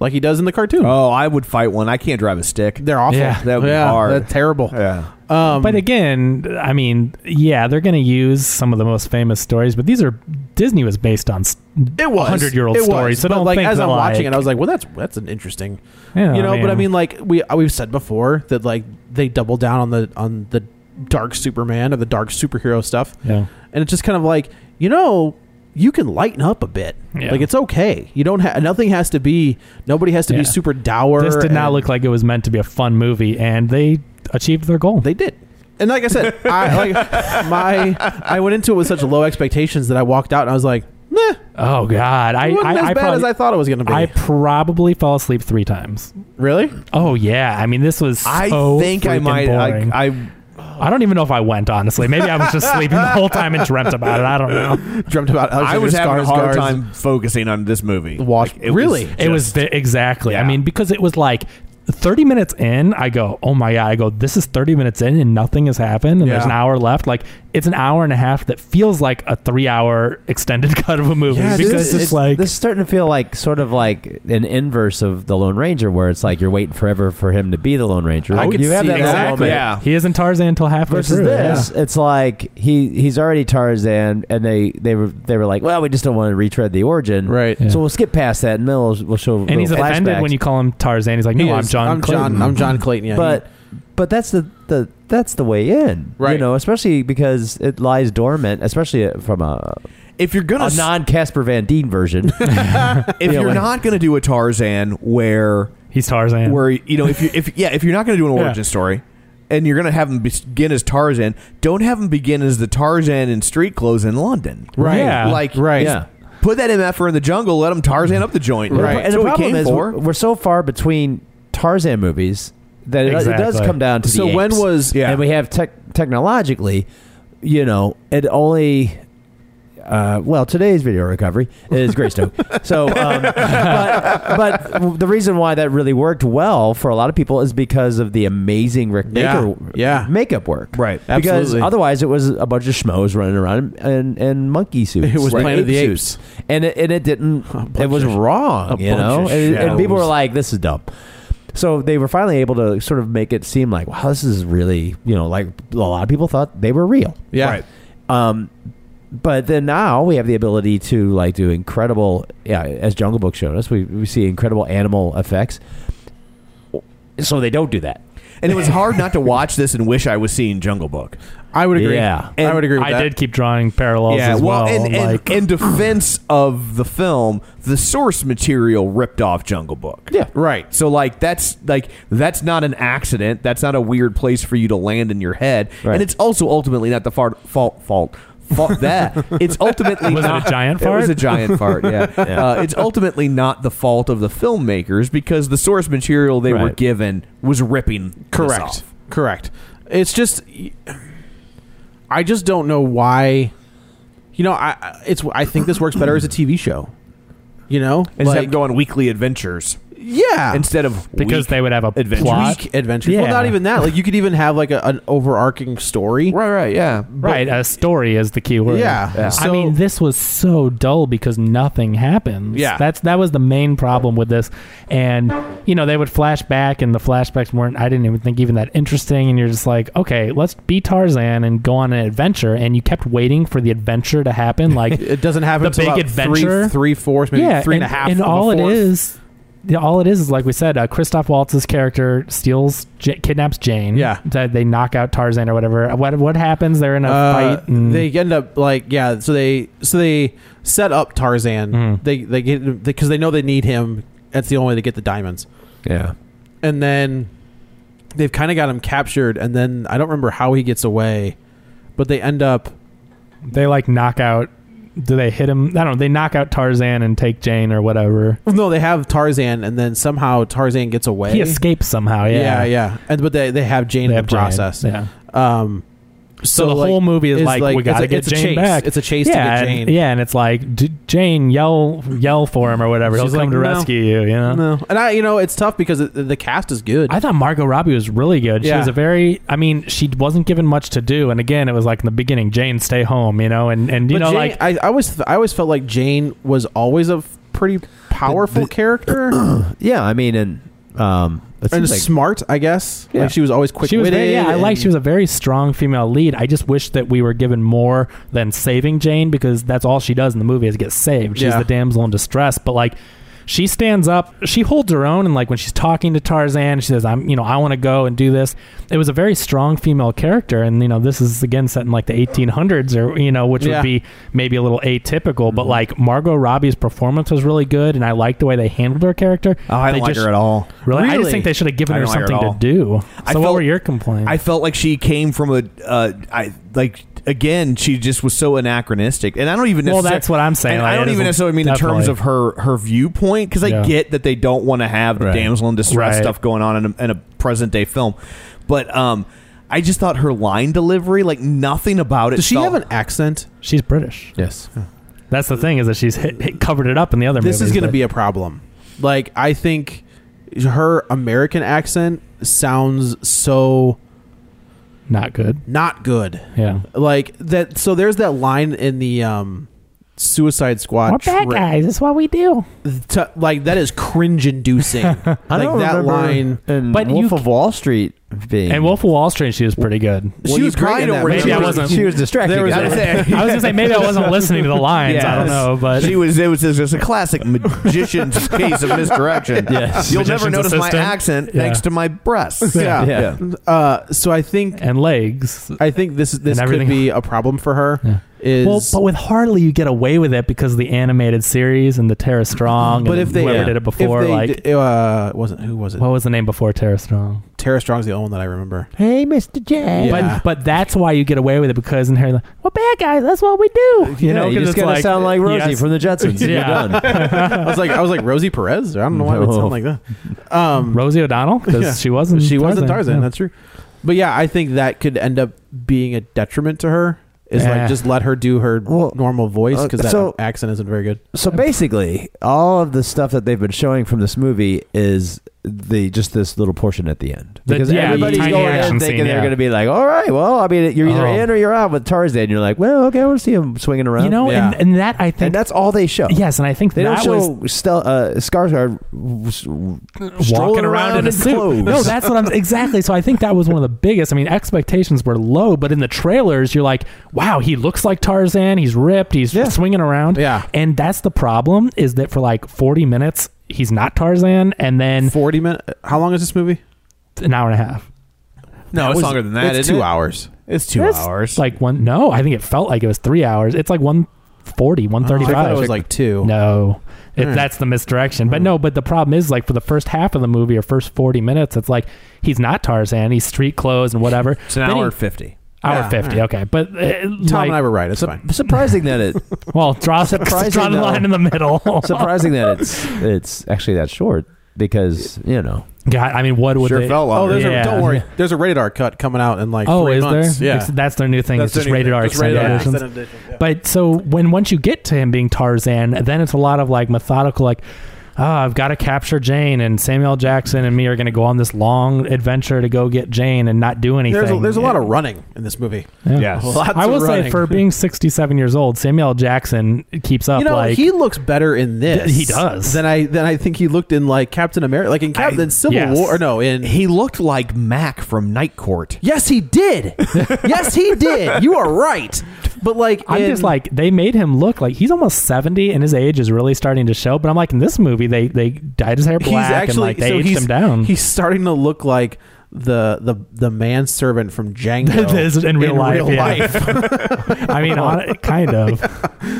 Speaker 6: like he does in the cartoon.
Speaker 9: Oh, I would fight one. I can't drive a stick.
Speaker 6: They're awful.
Speaker 7: Yeah.
Speaker 9: That would
Speaker 6: Yeah,
Speaker 9: be hard.
Speaker 6: that's terrible.
Speaker 9: Yeah.
Speaker 6: Um,
Speaker 7: But again, I mean, yeah, they're going to use some of the most famous stories, but these are Disney was based on s-
Speaker 6: it was
Speaker 7: 100-year-old
Speaker 6: It was.
Speaker 7: stories, so
Speaker 6: But,
Speaker 7: don't
Speaker 6: like
Speaker 7: think
Speaker 6: as
Speaker 7: that,
Speaker 6: I'm watching it,
Speaker 7: like- Oh,
Speaker 6: I was like, well, that's that's an interesting.
Speaker 7: Yeah,
Speaker 6: you know,
Speaker 7: I
Speaker 6: but I
Speaker 7: mean-
Speaker 6: mean, like we uh, we've said before that like they double down on the on the dark Superman or the dark superhero stuff.
Speaker 7: Yeah.
Speaker 6: and it's just kind of like you know you can lighten up a bit
Speaker 7: Yeah.
Speaker 6: like it's okay you don't have nothing has to be nobody has to
Speaker 7: Yeah.
Speaker 6: be super dour
Speaker 7: This did not
Speaker 6: and-
Speaker 7: look like it was meant to be a fun movie, and they achieved their goal.
Speaker 6: they did and like i said i like my i went into it with such low expectations that i walked out and i was like nah, it
Speaker 7: oh God, I
Speaker 6: wasn't
Speaker 7: I,
Speaker 6: as
Speaker 7: I
Speaker 6: bad
Speaker 7: probably,
Speaker 6: as i thought it was gonna be
Speaker 7: I probably fell asleep three times.
Speaker 6: really
Speaker 7: Oh yeah, I mean, this was.
Speaker 9: I
Speaker 7: so
Speaker 9: think I
Speaker 7: freaking
Speaker 9: might.
Speaker 7: boring.
Speaker 9: I, I
Speaker 7: I don't even know if I went, honestly. Maybe I was just sleeping the whole time and dreamt about it. I don't know.
Speaker 6: dreamt about
Speaker 9: I was having a hard
Speaker 6: Skarsgård's
Speaker 9: time focusing on this movie.
Speaker 6: Watch-
Speaker 9: it was
Speaker 6: Really? It
Speaker 7: It was
Speaker 9: just-
Speaker 7: the, exactly. I
Speaker 9: Yeah.
Speaker 7: mean, because it was like 30 minutes in, I go, oh my God. I go, this is 30 minutes in and nothing has happened. And there's
Speaker 6: Yeah.
Speaker 7: an hour left. Like, it's an hour and a half that feels like a three hour extended cut of a movie
Speaker 6: Yeah,
Speaker 7: because
Speaker 6: this
Speaker 7: it's
Speaker 6: is-
Speaker 7: like.
Speaker 8: this is starting to feel like sort of like an inverse of the Lone Ranger, where it's like you're waiting forever for him to be the Lone Ranger.
Speaker 6: I could
Speaker 8: you have
Speaker 6: see
Speaker 8: that little
Speaker 6: exactly.
Speaker 8: moment.
Speaker 9: Yeah.
Speaker 7: he isn't Tarzan until halfway
Speaker 8: Versus
Speaker 7: through.
Speaker 8: this,
Speaker 7: yeah.
Speaker 8: it's like he he's already Tarzan, and they they were they were like, well, we just don't want to retread the origin,
Speaker 6: Right.
Speaker 7: Yeah.
Speaker 8: So we'll skip past that, and then we'll, we'll show.
Speaker 7: And he's offended when you call him Tarzan. He's like, no,
Speaker 6: He
Speaker 7: I'm
Speaker 6: is-
Speaker 7: John.
Speaker 6: i'm
Speaker 7: Clayton.
Speaker 6: john i'm john clayton yeah
Speaker 8: but but that's the, the that's the way in, You
Speaker 6: Right.
Speaker 8: know, especially because it lies dormant, especially from a,
Speaker 9: If you're gonna
Speaker 8: a
Speaker 9: s-
Speaker 8: non Casper Van Dien version.
Speaker 9: if
Speaker 8: Yeah,
Speaker 9: you're
Speaker 8: like-
Speaker 9: not gonna do a Tarzan where
Speaker 7: He's Tarzan.
Speaker 9: where you know if you if yeah if you're not gonna do an origin story and you're gonna have him begin as Tarzan, don't have him begin as the Tarzan in street clothes in London.
Speaker 7: Right. Yeah.
Speaker 9: Like
Speaker 6: Right.
Speaker 9: just
Speaker 8: Yeah.
Speaker 9: Put that MFR in the jungle. Let him Tarzan up the joint.
Speaker 6: Right.
Speaker 9: That's
Speaker 8: And the
Speaker 9: what we
Speaker 8: problem
Speaker 9: came
Speaker 8: is
Speaker 9: for.
Speaker 8: we're, we're so far between Tarzan movies that it, it does
Speaker 7: Exactly.
Speaker 8: come down to the
Speaker 6: so when
Speaker 8: apes.
Speaker 6: was
Speaker 9: Yeah.
Speaker 8: and we have tech technologically, you know, it only. Uh, well, today's video recovery is Greystoke. so, um, but, but the reason why that really worked well for a lot of people is because of the amazing Rick
Speaker 6: Yeah.
Speaker 8: Baker
Speaker 6: Yeah.
Speaker 8: makeup work.
Speaker 9: Right.
Speaker 8: Because
Speaker 6: Absolutely.
Speaker 8: otherwise it was a bunch of schmoes running around and, and monkey suits.
Speaker 6: It was
Speaker 8: and
Speaker 6: Planet of the
Speaker 8: ape
Speaker 6: Apes.
Speaker 8: suits. And it, and it didn't,
Speaker 6: bunch
Speaker 8: it was
Speaker 6: of-
Speaker 8: wrong,
Speaker 6: a
Speaker 8: you
Speaker 6: bunch
Speaker 8: know?
Speaker 6: of
Speaker 8: And, and people were
Speaker 6: shadows.
Speaker 8: like, this is dumb. So they were finally able to sort of make it seem like, wow, this is really, you know, like a lot of people thought they were real.
Speaker 6: yeah
Speaker 9: Right.
Speaker 8: Um, but then now we have the ability to like do incredible, yeah, as Jungle Book showed us, we, we see incredible animal effects. So they don't do that.
Speaker 9: And it was hard not to watch this and wish I was seeing Jungle Book.
Speaker 6: i would agree
Speaker 8: Yeah.
Speaker 6: i would agree with
Speaker 7: I
Speaker 6: that
Speaker 7: did keep drawing parallels as well.
Speaker 9: and, and
Speaker 7: like,
Speaker 9: in defense of the film, the source material ripped off Jungle Book.
Speaker 8: Yeah.
Speaker 6: right
Speaker 9: So like that's like that's not an accident. That's not a weird place for you to land in your head.
Speaker 8: Right.
Speaker 9: And it's also ultimately not the fart, fault fault fault that it's ultimately
Speaker 7: Was it a
Speaker 9: not,
Speaker 7: giant
Speaker 9: It was
Speaker 7: fart?
Speaker 9: a giant fart. Yeah, Uh, it's ultimately not the fault of the filmmakers because the source material they were
Speaker 8: Right.
Speaker 9: given was ripping this
Speaker 6: correct
Speaker 9: off.
Speaker 6: correct it's just i just don't know why you know i I- it's i think this works better as a tv show you know
Speaker 9: Instead of going weekly adventures
Speaker 6: yeah
Speaker 9: instead of
Speaker 7: Ah. because
Speaker 9: week
Speaker 7: they would have a
Speaker 9: adventures.
Speaker 7: plot.
Speaker 6: week adventures well
Speaker 7: Yeah.
Speaker 6: not even that like you could even have like a, an overarching story
Speaker 9: Right, right, yeah.
Speaker 7: Right, a story is the key word.
Speaker 6: Yeah, Yeah.
Speaker 7: I
Speaker 6: so-
Speaker 7: mean, this was so dull because nothing happens.
Speaker 6: Yeah.
Speaker 7: that's that was the main problem with this. And you know, they would flash back, and the flashbacks weren't. I didn't even think even that interesting. And you're just like, okay, let's be Tarzan and go on an adventure. And you kept waiting for the adventure to happen. Like
Speaker 6: it doesn't happen
Speaker 7: The
Speaker 6: until
Speaker 7: big
Speaker 6: about
Speaker 7: adventure?
Speaker 6: three, three fourths maybe
Speaker 7: yeah,
Speaker 6: three
Speaker 7: and,
Speaker 6: and a half
Speaker 7: and
Speaker 6: of a
Speaker 7: all it
Speaker 6: fourth.
Speaker 7: is. yeah, all it is is like we said. Uh, Christoph Waltz's character steals, J- kidnaps Jane.
Speaker 6: Yeah.
Speaker 7: That they knock out Tarzan or whatever. What what happens? They're in a
Speaker 6: Uh,
Speaker 7: fight. And
Speaker 6: They end up like yeah. So they so they set up Tarzan.
Speaker 7: Mhm.
Speaker 6: They they get because they know they need him. That's the only way to get the diamonds.
Speaker 8: Yeah.
Speaker 6: And then they've kind of got him captured. And then I don't remember how he gets away, but they end up
Speaker 7: they like knock out do they hit him i don't know they knock out tarzan and take jane or whatever
Speaker 6: no. They have Tarzan, and then somehow Tarzan gets away.
Speaker 7: he escapes somehow
Speaker 6: Yeah,
Speaker 7: yeah
Speaker 6: yeah. And but they they have Jane
Speaker 7: They
Speaker 6: in
Speaker 7: have
Speaker 6: the
Speaker 7: Jane,
Speaker 6: process.
Speaker 7: yeah
Speaker 6: Um,
Speaker 7: So, the whole
Speaker 6: like,
Speaker 7: movie is, like, we
Speaker 6: it's a-
Speaker 7: gotta get
Speaker 6: it's a
Speaker 7: Jane
Speaker 6: chase.
Speaker 7: back.
Speaker 6: It's a chase to
Speaker 7: yeah,
Speaker 6: get
Speaker 7: and-
Speaker 6: Jane.
Speaker 7: yeah, and it's like D- Jane yell yell for him or whatever. He'll
Speaker 6: She's
Speaker 7: come
Speaker 6: like,
Speaker 7: to
Speaker 6: "No."
Speaker 7: rescue you. You know.
Speaker 6: No, and I, you know, it's tough because it, the cast is good.
Speaker 7: I thought Margot Robbie was really good. She
Speaker 6: Yeah.
Speaker 7: was a very, I mean, she wasn't given much to do. And again, it was like in the beginning, Jane, stay home, you know, and, and you
Speaker 6: But
Speaker 7: know,
Speaker 6: Jane-
Speaker 7: like,
Speaker 6: I, I always, I always felt like Jane was always a f- pretty powerful character
Speaker 9: Yeah, I mean, and um, that's
Speaker 6: and smart, I guess.
Speaker 9: Yeah.
Speaker 6: Like she was always quick
Speaker 7: she was
Speaker 6: witted.
Speaker 7: very, yeah, I like, she was a very strong female lead. I just wish that we were given more than saving Jane because that's all she does in the movie is get saved. She's
Speaker 6: Yeah.
Speaker 7: the damsel in distress. But like, she stands up, she holds her own. And like, when she's talking to Tarzan, she says, I'm, you know, I want to go and do this. It was a very strong female character. And, you know, this is again set in like the 1800s or, you know, which
Speaker 6: Yeah.
Speaker 7: would be maybe a little atypical.
Speaker 9: Mm-hmm.
Speaker 7: But like, Margot Robbie's performance was really good. And I liked the way they handled her character.
Speaker 9: Oh, I
Speaker 7: They
Speaker 9: didn't like
Speaker 7: just-
Speaker 9: her at all.
Speaker 7: Really? I
Speaker 6: Really?
Speaker 7: just think they should have given
Speaker 9: I
Speaker 7: her
Speaker 9: don't like her
Speaker 7: something
Speaker 9: at all.
Speaker 7: to do. So
Speaker 9: I
Speaker 7: what
Speaker 9: felt-
Speaker 7: were your complaints?
Speaker 9: I felt like she came from a, uh, I like again, she just was so anachronistic, and I don't even.
Speaker 7: Well,
Speaker 9: Necessar-
Speaker 7: that's what I'm saying,
Speaker 9: and
Speaker 7: like,
Speaker 9: I don't
Speaker 7: it
Speaker 9: even
Speaker 7: isn't-
Speaker 9: necessarily mean in terms
Speaker 7: definitely.
Speaker 9: of her her viewpoint because
Speaker 7: Yeah.
Speaker 9: I get that they don't want to have the
Speaker 7: Right.
Speaker 9: damsel in distress
Speaker 7: Right.
Speaker 9: stuff going on in a, in a present day film, but um, I just thought her line delivery, like nothing about it.
Speaker 6: Does she
Speaker 9: felt-
Speaker 6: have an accent?
Speaker 7: She's British.
Speaker 6: Yes.
Speaker 7: That's the thing is that she's hit, hit, covered it up in the other
Speaker 6: This
Speaker 7: movies.
Speaker 6: is going to
Speaker 7: but-
Speaker 6: be a problem. Like I think her American accent sounds so
Speaker 7: not good.
Speaker 6: not good.
Speaker 7: Yeah.
Speaker 6: Like that. So there's that line in the um, Suicide Squad.
Speaker 7: We're bad
Speaker 6: tra-
Speaker 7: guys. That's what we do.
Speaker 6: to- like that is cringe inducing. like
Speaker 8: I don't
Speaker 6: that
Speaker 8: remember
Speaker 6: line.
Speaker 8: in
Speaker 7: But
Speaker 8: Wolf
Speaker 7: you
Speaker 8: of Wall Street being.
Speaker 7: And Wolf of Wall Street, she was pretty good.
Speaker 6: Well,
Speaker 9: she
Speaker 6: you
Speaker 9: was
Speaker 6: cried
Speaker 9: great in
Speaker 6: in that
Speaker 9: that.
Speaker 6: movie.
Speaker 7: Maybe I
Speaker 9: movie.
Speaker 7: wasn't-
Speaker 8: She was distracted.
Speaker 9: There was
Speaker 8: I
Speaker 9: a-
Speaker 8: was
Speaker 7: I was gonna say maybe I wasn't listening to the lines. I don't
Speaker 9: Yes.
Speaker 7: know, but
Speaker 9: she was. It was just it's a classic magician's case of misdirection.
Speaker 8: Yes.
Speaker 9: you'll
Speaker 7: Magician's
Speaker 9: never notice my
Speaker 7: assistant.
Speaker 9: accent
Speaker 7: Yeah.
Speaker 9: thanks to my breasts.
Speaker 7: Yeah.
Speaker 8: Yeah.
Speaker 6: Uh, so I think
Speaker 7: and legs.
Speaker 6: I think this this
Speaker 7: And
Speaker 6: could
Speaker 7: everything-
Speaker 6: be a problem for her. Is
Speaker 7: Well, but with Harley, you get away with it because of the animated series and the Tara Strong.
Speaker 6: But
Speaker 7: and
Speaker 6: if they
Speaker 7: whoever
Speaker 6: yeah.
Speaker 7: did it
Speaker 6: If
Speaker 7: before,
Speaker 6: they
Speaker 7: like
Speaker 6: d- uh, wasn't who was it?
Speaker 7: what was the name before Tara Strong?
Speaker 6: Tara Strong's the only one that I remember.
Speaker 8: hey, Mr. J.
Speaker 6: Yeah.
Speaker 7: But but that's why you get away with it because in Harley, like, well, bad guys. That's what we do. You know,
Speaker 8: you
Speaker 7: 'cause it's
Speaker 8: just gotta
Speaker 7: like,
Speaker 8: sound like Rosie
Speaker 7: yes.
Speaker 8: from the Jetsons. You're
Speaker 7: Yeah.
Speaker 8: done.
Speaker 6: I was like I was like Rosie Perez. I don't know why it would sound like that. Um,
Speaker 7: Rosie O'Donnell because
Speaker 6: Yeah.
Speaker 7: she wasn't.
Speaker 6: she wasn't Tarzan.
Speaker 7: yeah.
Speaker 6: That's true. But yeah, I think that could end up being a detriment to her. Is
Speaker 7: Yeah.
Speaker 6: like just let her do her
Speaker 8: Well,
Speaker 6: normal voice
Speaker 8: uh,
Speaker 6: because that
Speaker 8: so-
Speaker 6: accent isn't very good.
Speaker 8: So basically, all of the stuff that they've been showing from this movie is the just this little portion at the end.
Speaker 7: The-
Speaker 8: Because
Speaker 7: yeah, the
Speaker 8: everybody's
Speaker 7: tiny
Speaker 8: going
Speaker 7: action
Speaker 8: in thinking
Speaker 7: scene,
Speaker 8: they're
Speaker 7: yeah.
Speaker 8: going to be like, "All right, well, I mean, you're either
Speaker 7: Oh.
Speaker 8: in or you're out with Tarzan." You're like, "Well, okay, I want to see him swinging around."
Speaker 7: You know,
Speaker 6: Yeah.
Speaker 7: and, and that I think
Speaker 8: and that's all they show.
Speaker 7: yes, and I think
Speaker 8: They don't
Speaker 7: that
Speaker 8: show
Speaker 7: was
Speaker 8: Stel- uh, Skarsgård w-
Speaker 7: walking
Speaker 8: strolling
Speaker 7: around, in a suit.
Speaker 8: clothes.
Speaker 7: No, that's what I'm exactly. So I think that was one of the biggest. I mean, expectations were low, but in the trailers, you're like, wow, he looks like Tarzan. He's ripped. He's swinging around.
Speaker 6: Yeah.
Speaker 7: and that's the problem is that for like 40 minutes, he's not Tarzan, and then
Speaker 6: Forty minute. How long is this movie?
Speaker 7: an hour and a half.
Speaker 9: No, it's longer than that.
Speaker 6: It's
Speaker 9: isn't
Speaker 6: two
Speaker 9: it?
Speaker 6: hours.
Speaker 9: It's two
Speaker 7: That's
Speaker 9: hours.
Speaker 7: Like one. No, I think it felt like it was three hours. It's like 140,
Speaker 6: Oh, I
Speaker 7: 135.
Speaker 6: thought it was like two.
Speaker 7: No, it,
Speaker 6: Hmm.
Speaker 7: that's the misdirection. But no, but the problem is like for the first half of the movie or first forty minutes, it's like he's not Tarzan. He's street clothes and whatever.
Speaker 9: it's an
Speaker 7: Then he-
Speaker 9: hour and fifty.
Speaker 7: hour
Speaker 6: Yeah, Hmm.
Speaker 7: fifty. Okay, but uh,
Speaker 6: Tom and I were right. It's fine.
Speaker 8: Surprising that it.
Speaker 7: well draw,
Speaker 8: Surprising,
Speaker 7: draw the
Speaker 8: though.
Speaker 7: line in the middle.
Speaker 8: surprising that it's it's actually that short because you know
Speaker 7: God, I mean, what would
Speaker 9: Sure
Speaker 7: they?
Speaker 9: felt
Speaker 6: Oh,
Speaker 9: longer.
Speaker 6: there's
Speaker 7: Yeah.
Speaker 6: a, don't worry. There's a rated R cut coming out in like
Speaker 7: Oh,
Speaker 6: three
Speaker 7: is
Speaker 6: months.
Speaker 7: there?
Speaker 6: Yeah.
Speaker 7: It's- that's their new thing.
Speaker 6: That's
Speaker 7: it's just
Speaker 6: their new
Speaker 7: rated
Speaker 6: thing.
Speaker 7: R
Speaker 6: Just
Speaker 7: extended
Speaker 6: rated R
Speaker 7: editions.
Speaker 6: extended edition, yeah.
Speaker 7: But so when once you get to him being Tarzan, then it's a lot of like methodical, like, oh, I've got to capture Jane, and Samuel L. Jackson and me are going to go on this long adventure to go get Jane and not do anything.
Speaker 6: There's a, there's a lot of running in this movie.
Speaker 7: Yeah.
Speaker 9: Yes.
Speaker 6: Lots
Speaker 7: I
Speaker 6: of
Speaker 7: will say,
Speaker 6: running.
Speaker 7: for being 67 years old, Samuel L. Jackson keeps up.
Speaker 6: you know,
Speaker 7: like
Speaker 6: he looks better in this.
Speaker 7: He does.
Speaker 6: Than I than I think he looked in like Captain America, like in Captain Civil
Speaker 7: yes.
Speaker 6: War. Or no, in
Speaker 9: He looked like Mac from Night Court.
Speaker 6: yes, he did. yes, he did. You are right. But like,
Speaker 7: I'm
Speaker 6: in-
Speaker 7: just like they made him look like he's almost 70 and his age is really starting to show. But I'm like in this movie they they dyed his hair
Speaker 6: he's
Speaker 7: black
Speaker 6: actually
Speaker 7: and like they
Speaker 6: so
Speaker 7: aged
Speaker 6: he's,
Speaker 7: him down.
Speaker 6: He's starting to look like the the the manservant from Django
Speaker 7: This is in real life, yeah.
Speaker 6: life.
Speaker 7: I mean, on, kind of.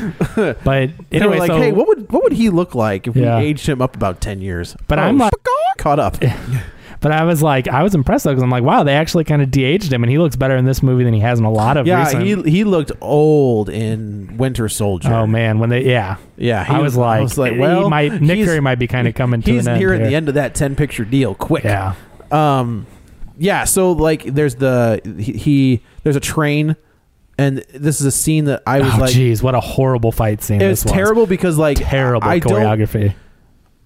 Speaker 7: But
Speaker 6: They were
Speaker 7: anyway,
Speaker 6: like,
Speaker 7: so
Speaker 6: hey, what would what would he look like if
Speaker 7: Yeah.
Speaker 6: we aged him up about ten years? Oh,
Speaker 7: But I'm like-
Speaker 6: caught up.
Speaker 7: But I was like, I was impressed though because I'm like, wow, they actually kind of de-aged him, and he looks better in this movie than he has in a lot of.
Speaker 6: Yeah,
Speaker 7: recent-
Speaker 6: he he looked old in Winter Soldier.
Speaker 7: Oh man, when they yeah
Speaker 6: Yeah,
Speaker 7: I was like, he might- Nick
Speaker 6: he's-
Speaker 7: Fury might be kinda coming to
Speaker 6: He's
Speaker 7: an end
Speaker 6: nearing the
Speaker 7: here.
Speaker 6: end of that ten picture deal, quick.
Speaker 7: yeah.
Speaker 6: Um, yeah, so like there's the he, he there's a train and this is a scene that I was
Speaker 7: oh,
Speaker 6: like
Speaker 7: jeez, what a horrible fight scene!
Speaker 6: It was
Speaker 7: this
Speaker 6: terrible because like
Speaker 7: terrible
Speaker 6: I don't-
Speaker 7: choreography.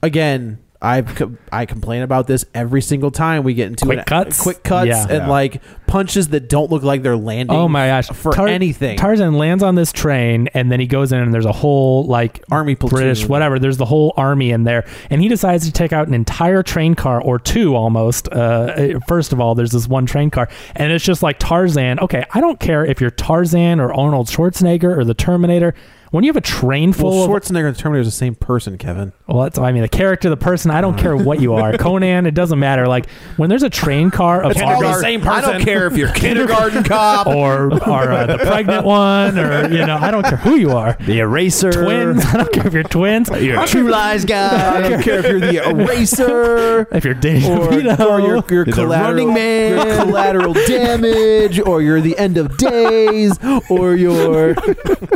Speaker 6: again, I I complain about this every single time we get into
Speaker 7: Quick
Speaker 6: an-
Speaker 7: cuts?
Speaker 6: quick cuts,
Speaker 7: Yeah.
Speaker 6: and
Speaker 7: Yeah.
Speaker 6: like punches that don't look like they're landing.
Speaker 7: Oh my gosh!
Speaker 6: for
Speaker 7: Tar-
Speaker 6: anything.
Speaker 7: Tarzan lands on this train, and then he goes in, and there's a whole like
Speaker 6: Army platoon.
Speaker 7: British whatever. There's the whole army in there, and he decides to take out an entire train car or two almost. Uh, first of all, there's this one train car, and it's just like Tarzan. Okay, I don't care if you're Tarzan or Arnold Schwarzenegger or the Terminator. When you have a train full
Speaker 6: well,
Speaker 7: of
Speaker 6: Schwarzenegger and Terminator is the same person, Kevin.
Speaker 7: Well, that's I mean. The character, the person, I don't care what you are. Conan, it doesn't matter. Like when there's a train car of all
Speaker 6: Kindergarten- same person.
Speaker 9: I don't care if you're kindergarten cop
Speaker 7: or or uh, the pregnant one, or you know, I don't care who you are.
Speaker 9: the eraser,
Speaker 7: Twins, I don't care if you're twins.
Speaker 9: you're a true lies guy. I don't care if you're the eraser.
Speaker 7: If you're Danny
Speaker 6: Or,
Speaker 7: DeVito,
Speaker 6: or your, your
Speaker 9: The
Speaker 6: collateral,
Speaker 9: Running Man.
Speaker 6: your collateral damage, or you're the end of days, or you're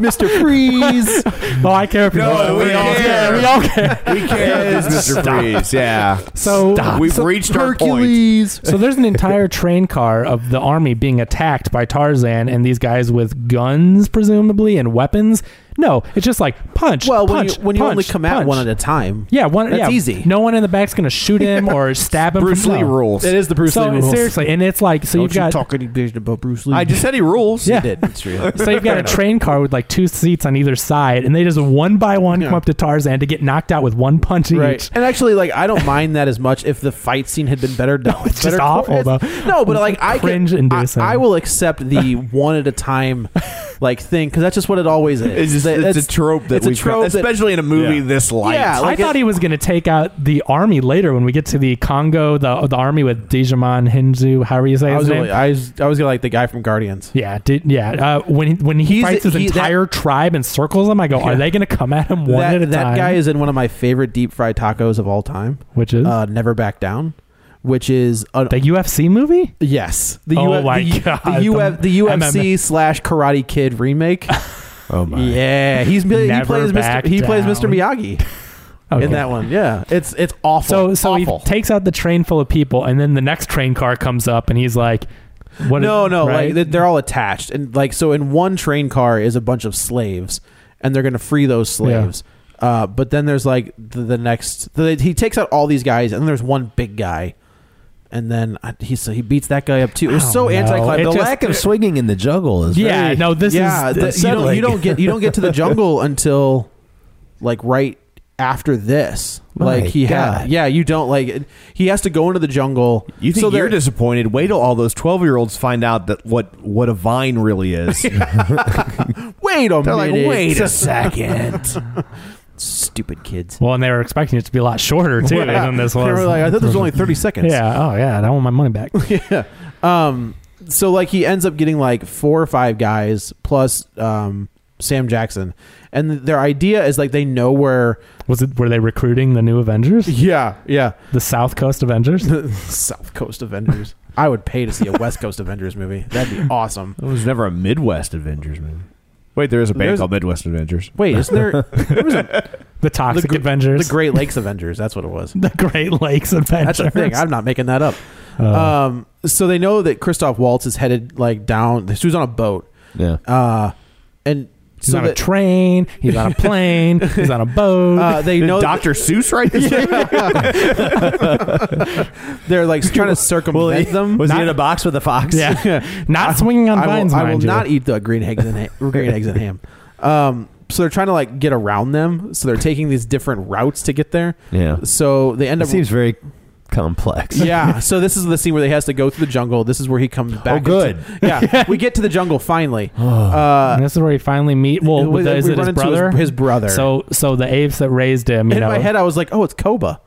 Speaker 6: Mister Freeze.
Speaker 7: oh, I care if you're.
Speaker 9: No, we
Speaker 7: all
Speaker 9: care.
Speaker 7: We all care.
Speaker 9: We care, Mr. Freeze. Yeah.
Speaker 7: So
Speaker 9: We've reached
Speaker 6: Hercules.
Speaker 7: So there's an entire train car of the army being attacked by Tarzan and these guys with guns, presumably, and weapons. No, it's just like punch.
Speaker 6: Well, when
Speaker 7: punch,
Speaker 6: you, when you
Speaker 7: punch,
Speaker 6: only come at
Speaker 7: punch.
Speaker 6: one at a time,
Speaker 7: Yeah, one.
Speaker 6: That's
Speaker 7: yeah,
Speaker 6: easy.
Speaker 7: No one in the back's gonna shoot him or stab him.
Speaker 9: Bruce
Speaker 7: from,
Speaker 9: Lee
Speaker 7: no.
Speaker 9: rules.
Speaker 6: it is the Bruce
Speaker 7: so
Speaker 6: Lee rules.
Speaker 7: seriously, and it's like so you've
Speaker 6: Don't you
Speaker 7: got
Speaker 6: talk any bitch about Bruce Lee.
Speaker 9: I just said he rules.
Speaker 7: Yeah.
Speaker 6: did. It's real.
Speaker 7: so you've got a train car with like two seats on either side, and they just one by one come
Speaker 6: Yeah.
Speaker 7: up to Tarzan to get knocked out with one punch each.
Speaker 6: And actually, like I don't mind that as much if the fight scene had been better done.
Speaker 7: it's
Speaker 6: better
Speaker 7: just awful, though.
Speaker 6: No, but
Speaker 7: It's
Speaker 6: like I can-
Speaker 7: cringe-inducing.
Speaker 6: I, I will accept the one at a time, like thing because that's just what it always is.
Speaker 9: It's, just,
Speaker 6: That-
Speaker 9: it's
Speaker 6: that's-
Speaker 9: a trope that
Speaker 6: it's
Speaker 9: we
Speaker 6: a trope that-
Speaker 9: especially in a movie this light.
Speaker 6: Yeah, like
Speaker 7: I thought
Speaker 6: it-
Speaker 7: he was going to take out the army later when we get to the Congo, the the army with Digimon Hinzu, however you say
Speaker 6: I
Speaker 7: his
Speaker 6: was,
Speaker 7: name.
Speaker 6: really, I was I was gonna like the guy from Guardians.
Speaker 7: yeah, did, yeah. Uh, when he, when he
Speaker 6: He's-
Speaker 7: fights his
Speaker 6: he- that-
Speaker 7: entire tribe and circles them, I go, are
Speaker 6: Yeah.
Speaker 7: they going to come at him one
Speaker 6: that,
Speaker 7: at a
Speaker 6: that
Speaker 7: time?
Speaker 6: guy is in one of my favorite deep fried tacos of all time,
Speaker 7: Which is?
Speaker 6: uh, Never Back Down, which is an
Speaker 7: the UFC movie.
Speaker 6: Yes, the
Speaker 7: Oh
Speaker 6: UF
Speaker 7: my
Speaker 6: the,
Speaker 7: God,
Speaker 6: the, UF the
Speaker 7: the
Speaker 6: UFC
Speaker 7: MMA.
Speaker 6: slash Karate Kid remake.
Speaker 9: Oh my.
Speaker 6: yeah, he's he
Speaker 7: Never
Speaker 6: plays Mr.
Speaker 7: back
Speaker 6: He plays
Speaker 7: down.
Speaker 6: Mr. Miyagi
Speaker 7: Okay.
Speaker 6: in that one. Yeah, it's it's awful.
Speaker 7: So so
Speaker 6: awful.
Speaker 7: he takes out the train full of people, and then the next train car comes up, and he's like, "What?
Speaker 6: no, no,
Speaker 7: right?
Speaker 6: like they- they're all attached, and like so in one train car is a bunch of slaves, and they're gonna free those slaves. Uh, but then there's like the, the next the, he takes out all these guys, and there's one big guy. And then uh, he so he beats that guy up too. It was
Speaker 7: I
Speaker 6: so
Speaker 7: don't know.
Speaker 6: anticlimactic.
Speaker 7: It
Speaker 6: The
Speaker 7: just-
Speaker 6: lack of
Speaker 8: swinging in the juggle is
Speaker 7: yeah,
Speaker 8: very-
Speaker 7: no, this
Speaker 6: yeah,
Speaker 7: is
Speaker 6: the- you, don't,
Speaker 8: unsettling.
Speaker 6: you don't get you don't get to the jungle until like right after this.
Speaker 8: My
Speaker 6: like he
Speaker 8: God.
Speaker 6: had, yeah, you don't like it- he has to go into the jungle.
Speaker 9: You think
Speaker 6: so
Speaker 9: you're
Speaker 6: they're-
Speaker 9: disappointed? Wait till all those twelve year olds find out that what what a vine really is.
Speaker 6: Wait a
Speaker 9: They're like,
Speaker 6: minute!
Speaker 9: wait a second.
Speaker 6: stupid kids.
Speaker 7: well, and they were expecting it to be a lot shorter too
Speaker 6: Yeah.
Speaker 7: than this
Speaker 6: They were
Speaker 7: was.
Speaker 6: like, I thought this was only thirty seconds.
Speaker 7: yeah, oh yeah, and I want my money back.
Speaker 6: yeah. Um. So like he ends up getting like four or five guys plus um Sam Jackson, and their idea is like they know where.
Speaker 7: was it? Were they recruiting the new Avengers,
Speaker 6: Yeah. Yeah.
Speaker 7: the South Coast Avengers?
Speaker 6: South Coast Avengers. I would pay to see a West Coast Avengers movie. That'd be awesome.
Speaker 9: There was never a Midwest Avengers movie. Wait, there is a band
Speaker 6: There's-
Speaker 9: called Midwest Avengers.
Speaker 6: Wait, isn't there
Speaker 7: The Toxic
Speaker 6: gr-
Speaker 7: Avengers,
Speaker 6: The Great Lakes Avengers. That's what it was.
Speaker 7: the Great Lakes Avengers.
Speaker 6: That's a thing. I'm not making that up.
Speaker 7: Uh,
Speaker 6: Um, so they know that Christoph Waltz is headed like down. She was on a boat.
Speaker 9: Yeah.
Speaker 6: Uh, and
Speaker 7: he's
Speaker 6: so
Speaker 7: on a
Speaker 6: that-
Speaker 7: train. He's on a plane. he's on a boat.
Speaker 6: uh, they know that
Speaker 9: Dr. Seuss right this
Speaker 6: they're like trying to circumvent them.
Speaker 8: Was
Speaker 6: Not-
Speaker 8: he in a box with a fox?
Speaker 7: yeah, not swinging on
Speaker 6: I will,
Speaker 7: vines.
Speaker 6: I will
Speaker 7: mind you.
Speaker 6: not eat the green eggs and ha- green eggs and ham. Um, so they're trying to like get around them. So they're taking these different routes to get there.
Speaker 8: Yeah.
Speaker 6: So they end
Speaker 8: It
Speaker 6: up.
Speaker 8: seems very complex.
Speaker 6: yeah. So this is the scene where they has to go through the jungle. This is where he comes
Speaker 7: Oh,
Speaker 6: back. into-
Speaker 8: good.
Speaker 6: yeah. We get to the jungle finally. Uh,
Speaker 7: And this is where we finally meet. Well,
Speaker 6: We-
Speaker 7: with the- is
Speaker 6: we
Speaker 7: it
Speaker 6: run
Speaker 7: his
Speaker 6: into his-
Speaker 7: brother?
Speaker 6: his brother.
Speaker 7: So, so the apes that raised him. You
Speaker 6: in
Speaker 7: know.
Speaker 6: my head, I was like, "Oh, it's Koba,"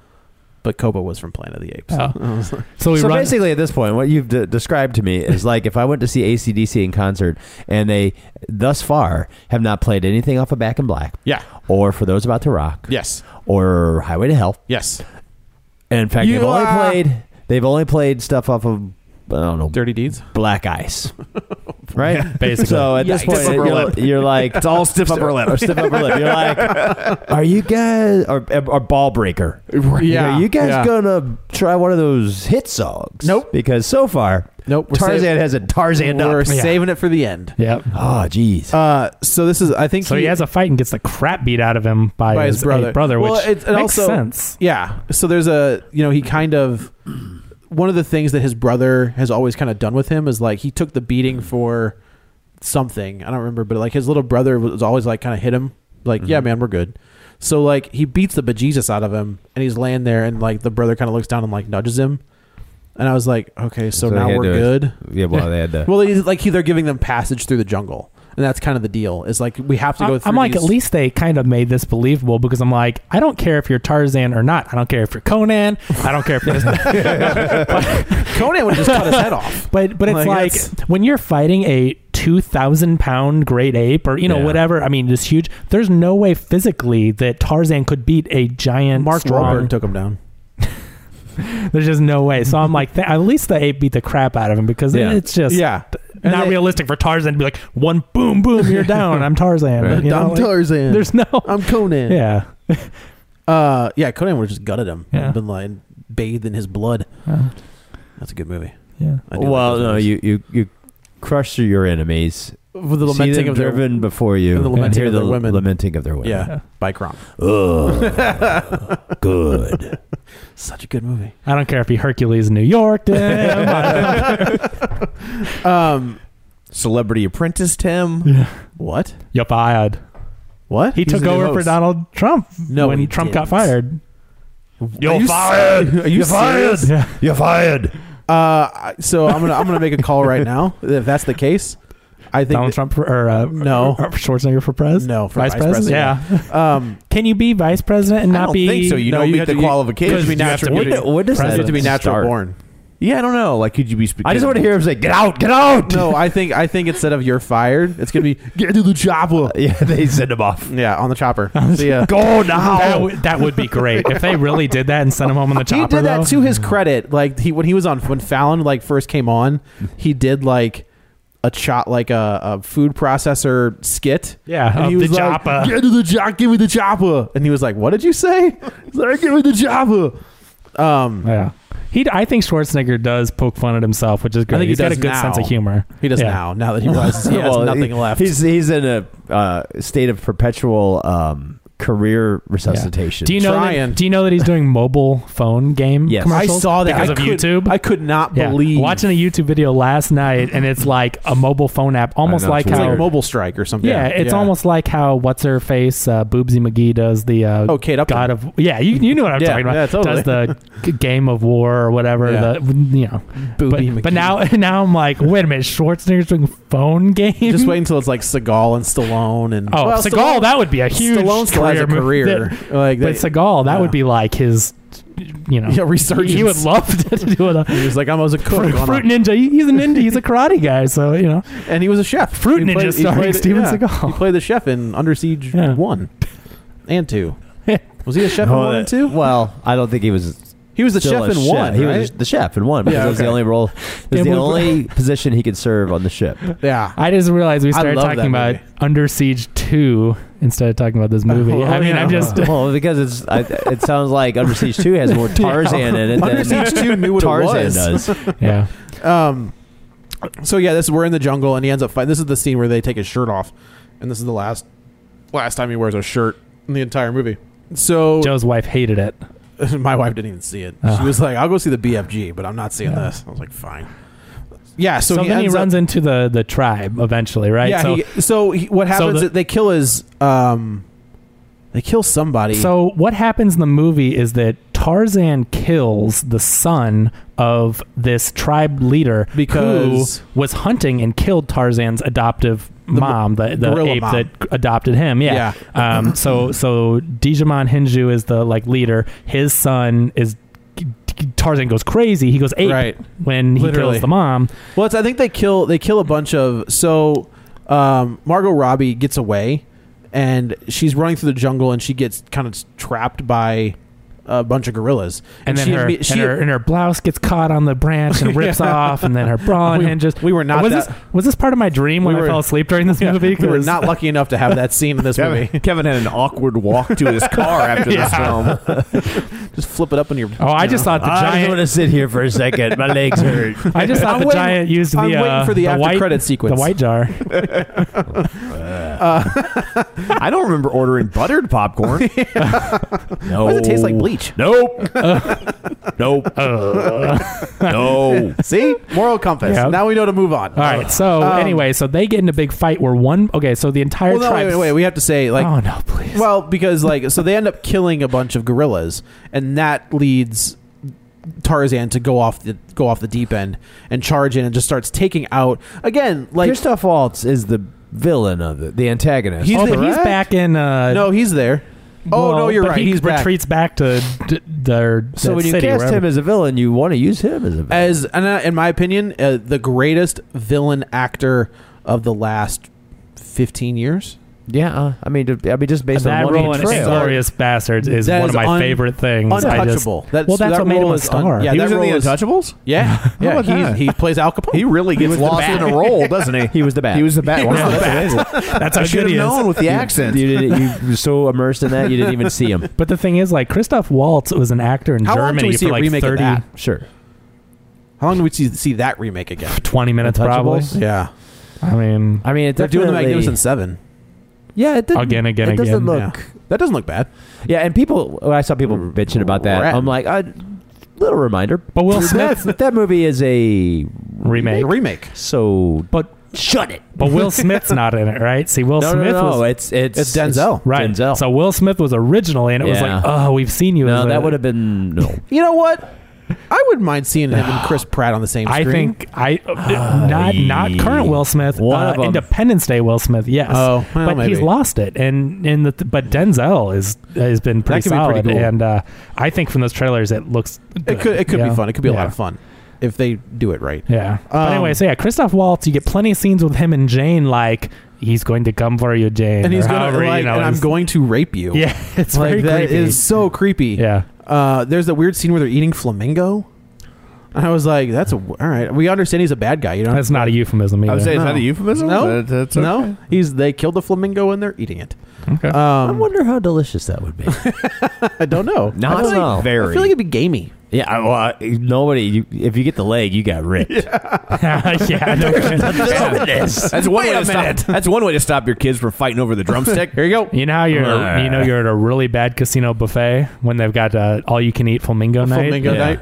Speaker 6: but Koba was from Planet of the Apes.
Speaker 7: Oh. So we
Speaker 8: so
Speaker 7: run.
Speaker 8: basically, at this point, what you've d- described to me is like if I went to see ACDC in concert and they, thus far, have not played anything off of Back in Black.
Speaker 6: Yeah.
Speaker 8: Or For Those About to Rock.
Speaker 6: Yes,
Speaker 8: Or Highway to Hell.
Speaker 6: yes.
Speaker 8: And in fact,
Speaker 6: You
Speaker 8: they've only
Speaker 6: are-
Speaker 8: played they've only played stuff off of I don't know,
Speaker 6: Dirty deeds.
Speaker 8: black ice, right?
Speaker 7: Basically.
Speaker 8: So at this
Speaker 9: Yikes.
Speaker 8: point,
Speaker 9: Stiff upper
Speaker 8: you're,
Speaker 9: lip.
Speaker 8: you're like,
Speaker 9: It's all stiff upper lip.
Speaker 8: or stiff upper lip. You're like, are you guys or, or ball breaker?
Speaker 6: Yeah,
Speaker 8: Are you guys
Speaker 6: yeah.
Speaker 8: gonna try one of those hit songs?
Speaker 6: Nope.
Speaker 8: Because so far,
Speaker 6: Nope, we're
Speaker 8: Tarzan
Speaker 6: saving-
Speaker 8: hasn't Tarzan
Speaker 6: We're
Speaker 8: up.
Speaker 6: saving it for the end.
Speaker 7: Yep.
Speaker 8: Oh, jeez.
Speaker 6: Uh, so this is, I think,
Speaker 7: So he has a fight and gets the crap beat out of him by,
Speaker 6: by his, brother,
Speaker 7: which
Speaker 6: Well, it- it
Speaker 7: makes
Speaker 6: also-
Speaker 7: sense.
Speaker 6: Yeah. So there's a, you know, he kind of one of the things that his brother has always kind of done with him is like he took the beating for something. I don't remember, but like his little brother was always like kind of hit him, like, yeah, man, we're good. So like he beats the bejesus out of him, and he's laying there, and like the brother kind of looks down and like nudges him, and I was like, okay, so,
Speaker 8: So
Speaker 6: now
Speaker 8: he had
Speaker 6: we're
Speaker 8: to-
Speaker 6: good.
Speaker 8: yeah, well, they had to.
Speaker 6: Well, he's like he, they're giving them passage through the jungle, and that's kind of the deal. Is like we have to go.
Speaker 7: I'm-
Speaker 6: through
Speaker 7: I'm like,
Speaker 6: these-
Speaker 7: at least they kind of made this believable because I'm like, I don't care if you're Tarzan or not. I don't care if you're Conan. I don't care if you're.
Speaker 6: Conan would have just cut his head off.
Speaker 7: But but it's
Speaker 6: Like,
Speaker 7: like,
Speaker 6: that's-
Speaker 7: when you're fighting a two thousand pound great ape or you know
Speaker 8: Yeah.
Speaker 7: whatever. I mean, this huge. There's no way physically that Tarzan could beat a giant.
Speaker 6: Mark
Speaker 7: strong-
Speaker 6: Wahlberg took him down.
Speaker 7: There's just no way. So I'm like, th- at least the ape beat the crap out of him because it-
Speaker 8: Yeah.
Speaker 7: it's just
Speaker 6: Yeah. And
Speaker 7: not
Speaker 6: they-
Speaker 7: realistic for Tarzan to be like one boom boom you're down. I'm Tarzan.
Speaker 6: Right.
Speaker 7: You know,
Speaker 6: I'm
Speaker 7: like,
Speaker 6: Tarzan.
Speaker 7: There's no.
Speaker 6: I'm Conan.
Speaker 7: yeah.
Speaker 6: Uh, yeah, Conan would have just gutted him.
Speaker 7: Yeah.
Speaker 6: Yeah. Been like bathed in his blood.
Speaker 7: Oh,
Speaker 6: That's a good movie.
Speaker 7: yeah.
Speaker 6: I do like
Speaker 8: well,
Speaker 6: those
Speaker 8: no,
Speaker 6: movies.
Speaker 8: you you you crush through your enemies,
Speaker 6: With the
Speaker 8: see
Speaker 6: lamenting
Speaker 8: them
Speaker 6: of their
Speaker 8: driven before you,
Speaker 6: and the
Speaker 8: and
Speaker 6: lamenting
Speaker 8: hear
Speaker 6: of
Speaker 8: the
Speaker 6: their women.
Speaker 8: lamenting of their women.
Speaker 6: yeah, by Crom.
Speaker 8: Ugh, good.
Speaker 6: Such a good movie.
Speaker 7: I don't care if he Hercules in New York. Damn.
Speaker 6: Um,
Speaker 9: Celebrity apprenticed him.
Speaker 6: what?
Speaker 7: you're fired.
Speaker 6: What?
Speaker 7: He
Speaker 6: He's
Speaker 7: took
Speaker 6: the new
Speaker 7: over for
Speaker 6: host.
Speaker 7: Donald Trump
Speaker 6: No,
Speaker 7: when
Speaker 6: he
Speaker 7: Trump
Speaker 6: didn't.
Speaker 7: got fired.
Speaker 6: Are you
Speaker 8: fired.
Speaker 6: Are you serious?
Speaker 7: Yeah.
Speaker 8: You're fired.
Speaker 6: Uh, I- so I'm gonna I'm gonna make a call right now. If that's the case, I think
Speaker 7: Donald
Speaker 6: that-
Speaker 7: Trump for, or uh,
Speaker 6: No.
Speaker 7: or Schwarzenegger for president.
Speaker 6: No, for
Speaker 7: vice,
Speaker 6: vice
Speaker 7: president.
Speaker 6: president,
Speaker 7: Yeah.
Speaker 6: Um,
Speaker 7: Can you be vice president and
Speaker 9: I
Speaker 7: not
Speaker 9: don't
Speaker 7: be?
Speaker 9: think so. You
Speaker 6: No,
Speaker 9: don't
Speaker 6: you
Speaker 9: meet
Speaker 6: have
Speaker 9: the
Speaker 6: to- you-
Speaker 9: qualifications.
Speaker 6: because we
Speaker 9: You have to
Speaker 6: naturally-
Speaker 9: be-
Speaker 8: What does
Speaker 6: you
Speaker 8: that
Speaker 6: have to be natural
Speaker 8: start?
Speaker 6: born.
Speaker 9: Yeah, I don't know. Like, could you be?
Speaker 8: I just want to hear him say, "Get out, get out."
Speaker 6: No, I think I think instead of you're fired, it's gonna be get to the chopper.
Speaker 8: Yeah, they send him off.
Speaker 6: Yeah, on the chopper. See ya.
Speaker 8: Go
Speaker 7: That,
Speaker 8: now.
Speaker 7: would- that would be great if they really did that and sent him home on the chopper.
Speaker 6: He did
Speaker 7: though. Mm.
Speaker 6: that to his credit. Like he when he was on when Fallon like first came on, he did like a chop like a, a food processor skit.
Speaker 7: Yeah,
Speaker 6: and
Speaker 7: of
Speaker 6: he
Speaker 7: the
Speaker 6: was like,
Speaker 7: chopper.
Speaker 6: "Get to the chop, give me the chopper." And he was like, "What did you say?" He's like, "Give me the chopper." Um,
Speaker 7: Yeah. He, I think Schwarzenegger does poke fun at himself, which is great.
Speaker 6: think he
Speaker 7: He's got a
Speaker 6: does
Speaker 7: good
Speaker 6: now.
Speaker 7: sense of humor.
Speaker 6: he does
Speaker 7: Yeah.
Speaker 6: now. Now that he realizes he has
Speaker 8: Well,
Speaker 6: nothing
Speaker 8: he-
Speaker 6: left.
Speaker 8: He's he's in a uh, state of perpetual um, career resuscitation.
Speaker 7: Do you know?
Speaker 6: Trying.
Speaker 7: That, do you know that he's doing mobile phone game
Speaker 8: Yes.
Speaker 6: I
Speaker 7: commercials?
Speaker 6: saw that
Speaker 7: because
Speaker 6: I
Speaker 7: of
Speaker 6: could-
Speaker 7: YouTube.
Speaker 6: I could not
Speaker 7: Yeah.
Speaker 6: believe
Speaker 7: Watching a YouTube video last night, and it's like a mobile phone app, almost
Speaker 8: know,
Speaker 7: like
Speaker 8: it's
Speaker 6: it's
Speaker 7: how.
Speaker 6: like Mobile Strike or something.
Speaker 7: yeah, it's almost like how what's her face uh, Boobsy McGee does the uh,
Speaker 6: Oh, Kate Upton.
Speaker 7: God of yeah you, you know what I'm
Speaker 6: Yeah,
Speaker 7: talking about
Speaker 6: yeah, totally.
Speaker 7: does the g- Game of War or whatever
Speaker 6: Yeah.
Speaker 7: the you know
Speaker 6: Booby
Speaker 7: but, but
Speaker 6: McGee.
Speaker 7: now now I'm like wait a minute Schwarzenegger's doing phone game
Speaker 6: Just wait until it's like Seagal and Stallone and
Speaker 7: Oh,
Speaker 6: Well,
Speaker 7: Seagal, that would be a huge
Speaker 6: Stallone still has
Speaker 7: career.
Speaker 6: a
Speaker 7: move.
Speaker 6: career.
Speaker 7: That-
Speaker 6: Like
Speaker 7: but
Speaker 6: they-
Speaker 7: Seagal, that
Speaker 6: yeah.
Speaker 7: would be like his, you know,
Speaker 6: Yeah, resurgence.
Speaker 7: He would love to do it.
Speaker 6: He was like, I was a cook,
Speaker 7: Fruit,
Speaker 6: on a-
Speaker 7: Fruit Ninja. He- He's a ninja. He's a karate guy. So you know,
Speaker 6: and he was a chef.
Speaker 7: Fruit
Speaker 6: He
Speaker 7: Ninja
Speaker 6: he
Speaker 7: starring Steven
Speaker 6: yeah,
Speaker 7: Seagal.
Speaker 6: He played the chef in Under Siege
Speaker 7: Yeah.
Speaker 6: one and two. Was he a chef in
Speaker 8: Oh,
Speaker 6: one and
Speaker 8: that-
Speaker 6: two?
Speaker 8: Well, I don't think he was.
Speaker 6: He was the
Speaker 8: still
Speaker 6: chef
Speaker 8: a
Speaker 6: in one.
Speaker 8: He
Speaker 6: right?
Speaker 8: was the chef in one because
Speaker 6: Yeah,
Speaker 8: that was the
Speaker 6: okay.
Speaker 8: only role. It was
Speaker 7: It
Speaker 8: the
Speaker 7: was-
Speaker 8: only position he could serve on the ship.
Speaker 6: yeah.
Speaker 7: I just realized we started
Speaker 6: love
Speaker 7: talking
Speaker 6: that
Speaker 7: about
Speaker 6: movie.
Speaker 7: Under Siege Two instead of talking about this movie.
Speaker 6: well,
Speaker 7: I mean,
Speaker 6: yeah.
Speaker 7: I'm just.
Speaker 8: well, because it's I, it sounds like Under Siege Two has more Tarzan in it. Than
Speaker 6: Under Siege 2 knew what it
Speaker 8: Tarzan
Speaker 6: was.
Speaker 8: does.
Speaker 7: Yeah,
Speaker 6: Um, so yeah, this we're in the jungle, and he ends up fighting. This is the scene where they take his shirt off, and this is the last last time he wears a shirt in the entire movie. So
Speaker 7: Joe's wife hated it.
Speaker 6: my wife didn't even see it.
Speaker 7: Oh.
Speaker 6: She was like, "I'll go see the BFG, but I'm not seeing this." I was like, "Fine." Yeah. So,
Speaker 7: So,
Speaker 6: he
Speaker 7: then he
Speaker 6: ends
Speaker 7: runs
Speaker 6: up,
Speaker 7: into the the tribe eventually, right?
Speaker 6: Yeah.
Speaker 7: so
Speaker 6: So, he, so he, what happens?
Speaker 7: the-
Speaker 6: is they kill his. Um, they kill somebody.
Speaker 7: So what happens in the movie is that Tarzan kills the son of this tribe leader
Speaker 6: Because-
Speaker 7: who was hunting and killed Tarzan's adoptive mom, the, the
Speaker 6: gorilla
Speaker 7: ape
Speaker 6: mom.
Speaker 7: that adopted him. Yeah. Um, so so Digimon Hinju is the like leader. His son is Tarzan goes crazy. He goes ape
Speaker 6: Right.
Speaker 7: when he
Speaker 6: Literally.
Speaker 7: kills the mom.
Speaker 6: Well, it's, I think they kill they kill a bunch of so um, Margot Robbie gets away and she's running through the jungle and she gets kind of trapped by a bunch of gorillas.
Speaker 7: And then her, and, her, and her blouse gets caught on the branch and rips
Speaker 6: Yeah.
Speaker 7: off, and then her bra
Speaker 6: We-
Speaker 7: unhinges.
Speaker 6: we were not
Speaker 7: was
Speaker 6: that-
Speaker 7: this was this part of my dream when
Speaker 6: We
Speaker 7: I
Speaker 6: were-
Speaker 7: fell asleep during this
Speaker 6: Yeah,
Speaker 7: movie?
Speaker 6: we were
Speaker 7: 'Cause-
Speaker 6: not lucky enough to have that scene in this
Speaker 9: Kevin,
Speaker 6: movie.
Speaker 9: Kevin had an awkward walk to his car after this film.
Speaker 6: Just flip it up on your.
Speaker 7: Oh, I just thought the
Speaker 8: I want
Speaker 7: giant.
Speaker 8: to sit here for a second. My legs hurt.
Speaker 7: I just thought
Speaker 6: I'm
Speaker 7: the
Speaker 6: waiting-
Speaker 7: giant used the
Speaker 6: I'm waiting
Speaker 7: uh,
Speaker 6: for the after
Speaker 7: white,
Speaker 6: credit sequence.
Speaker 7: the white jar.
Speaker 9: I don't remember ordering buttered popcorn. no.
Speaker 6: Why does it taste like bleach?
Speaker 9: Nope. nope. Uh. no.
Speaker 6: See, moral compass.
Speaker 7: Yeah.
Speaker 6: Now we know to move on.
Speaker 7: All right. So
Speaker 6: Um,
Speaker 7: anyway, so they get in a big fight where one. Okay, so the entire
Speaker 6: Well, no,
Speaker 7: tribe.
Speaker 6: wait, wait, wait. We have to say like.
Speaker 7: oh no, please.
Speaker 6: Well, because like, so they end up killing a bunch of gorillas, and that leads Tarzan to go off the go off the deep end and charge in and just starts taking out again. Like
Speaker 8: Christoph Waltz is the villain of it, the antagonist.
Speaker 6: He's
Speaker 7: oh,
Speaker 6: the-
Speaker 7: but he's
Speaker 6: correct.
Speaker 7: back in. Uh,
Speaker 6: no, he's there. Oh
Speaker 7: well,
Speaker 6: no, you're
Speaker 7: but
Speaker 6: right.
Speaker 7: He
Speaker 6: he's back.
Speaker 7: retreats back, to d- their.
Speaker 8: so
Speaker 7: that
Speaker 8: when you
Speaker 7: city,
Speaker 8: cast
Speaker 7: wherever.
Speaker 8: him as a villain, you want to use him as a villain.
Speaker 6: as and I- in my opinion, uh, the greatest villain actor of the last fifteen years.
Speaker 8: yeah, uh, I mean, to- I mean, just based
Speaker 7: that
Speaker 8: on
Speaker 7: role
Speaker 8: one
Speaker 7: in
Speaker 8: portrayal.
Speaker 7: Inglorious Bastards is
Speaker 6: That
Speaker 7: one
Speaker 6: is
Speaker 7: of my
Speaker 6: un-
Speaker 7: favorite things. I just-
Speaker 6: untouchable. That's-
Speaker 7: well, that's
Speaker 6: that
Speaker 7: what made him
Speaker 6: role
Speaker 7: a
Speaker 6: is un-
Speaker 7: star.
Speaker 6: yeah,
Speaker 9: he
Speaker 6: that
Speaker 9: was in the
Speaker 6: role is-
Speaker 9: Untouchables?
Speaker 6: Yeah, yeah.
Speaker 9: about
Speaker 6: he's-
Speaker 9: that?
Speaker 6: He plays Al Capone.
Speaker 9: He really gets
Speaker 8: was the
Speaker 9: lost in
Speaker 8: bat.
Speaker 9: a role, doesn't he?
Speaker 8: He was the bat.
Speaker 9: He was the bat. Wow,
Speaker 7: was the
Speaker 9: that's amazing.
Speaker 7: That's
Speaker 9: I
Speaker 7: how
Speaker 9: should
Speaker 7: good
Speaker 9: have
Speaker 7: he is.
Speaker 9: known with the accent.
Speaker 8: You, did, you were so immersed in that you didn't even see him.
Speaker 7: But the thing is, like Christoph Waltz was an actor in
Speaker 6: How often do
Speaker 7: Germany
Speaker 6: we see
Speaker 7: for
Speaker 6: a
Speaker 7: like
Speaker 6: remake of
Speaker 7: 30,
Speaker 6: that?
Speaker 8: Sure.
Speaker 6: How long do we see, see that remake again?
Speaker 7: 20 minutes, probably.
Speaker 8: Untouchables?
Speaker 6: Yeah,
Speaker 7: I mean,
Speaker 8: I mean, it
Speaker 6: they're doing the
Speaker 8: definitely-
Speaker 6: Magnificent Seven.
Speaker 8: Yeah, it didn't-
Speaker 7: Again, again,
Speaker 8: it doesn't
Speaker 7: again.
Speaker 8: look.
Speaker 6: Yeah. That doesn't look bad.
Speaker 8: Yeah, and people, when I saw people bitching about that,
Speaker 6: Rat.
Speaker 8: I'm like, a little reminder.
Speaker 7: But Will
Speaker 8: Smith, that, that movie is a
Speaker 7: remake.
Speaker 6: A remake.
Speaker 8: so.
Speaker 7: But
Speaker 8: Shut it.
Speaker 7: but Will Smith's not in it, right? See, Will
Speaker 8: No,
Speaker 7: Smith
Speaker 8: no, no,
Speaker 7: was
Speaker 8: It's it's
Speaker 6: It's Denzel.
Speaker 7: right.
Speaker 8: Denzel.
Speaker 7: So Will Smith was originally, and it was
Speaker 8: Yeah.
Speaker 7: like, oh, we've seen you. as
Speaker 8: no,
Speaker 7: a-
Speaker 8: that would have been no.
Speaker 6: You know what? I wouldn't mind seeing him and Chris Pratt on the same
Speaker 7: I
Speaker 6: screen.
Speaker 7: think I uh, not not current Will Smith,
Speaker 8: One
Speaker 7: uh,
Speaker 8: of 'em.
Speaker 7: Independence Day Will Smith, yes.
Speaker 6: Oh, well,
Speaker 7: but he's
Speaker 6: maybe.
Speaker 7: lost it, and in the but Denzel is has been pretty
Speaker 6: could be
Speaker 7: solid,
Speaker 6: pretty cool.
Speaker 7: and uh, I think from those trailers it looks
Speaker 6: it
Speaker 7: good.
Speaker 6: could it could
Speaker 7: Yeah.
Speaker 6: be fun. It could be a
Speaker 7: Yeah.
Speaker 6: lot of fun if they do it right.
Speaker 7: Yeah. but
Speaker 6: Um,
Speaker 7: anyway, so yeah, Christoph Waltz, you get plenty of scenes with him and Jane, like he's going to come for you, Jane,
Speaker 6: And he's
Speaker 7: or
Speaker 6: gonna
Speaker 7: however,
Speaker 6: like,
Speaker 7: you know,
Speaker 6: and I'm
Speaker 7: it's-
Speaker 6: going to rape you.
Speaker 7: Yeah, it's
Speaker 6: like
Speaker 7: very
Speaker 6: that is
Speaker 7: creepy.
Speaker 6: so creepy.
Speaker 7: yeah.
Speaker 6: Uh, there's that weird scene where they're eating flamingo. And I was like, that's a, all right. We understand he's a bad guy, you know.
Speaker 7: That's not a euphemism either.
Speaker 9: I would say, is
Speaker 6: No.
Speaker 9: that a euphemism?
Speaker 6: no,
Speaker 9: That- that's okay.
Speaker 6: no. He's they killed the flamingo and they're eating it.
Speaker 7: Okay.
Speaker 8: I
Speaker 6: Um,
Speaker 8: wonder how delicious that would be.
Speaker 6: I don't know.
Speaker 8: Not
Speaker 6: I feel
Speaker 8: at all.
Speaker 6: like, I
Speaker 9: Very.
Speaker 6: feel like it'd be gamey.
Speaker 8: yeah, I, well, I- nobody. You, if you get the leg, you got ripped.
Speaker 7: yeah, no kidding.
Speaker 9: That's one way to stop. That's one way to stop your kids from fighting over the drumstick. Here you go.
Speaker 7: You know how you're you know you're at a really bad casino buffet when they've got uh, all you can eat flamingo night.
Speaker 6: Flamingo
Speaker 8: Yeah.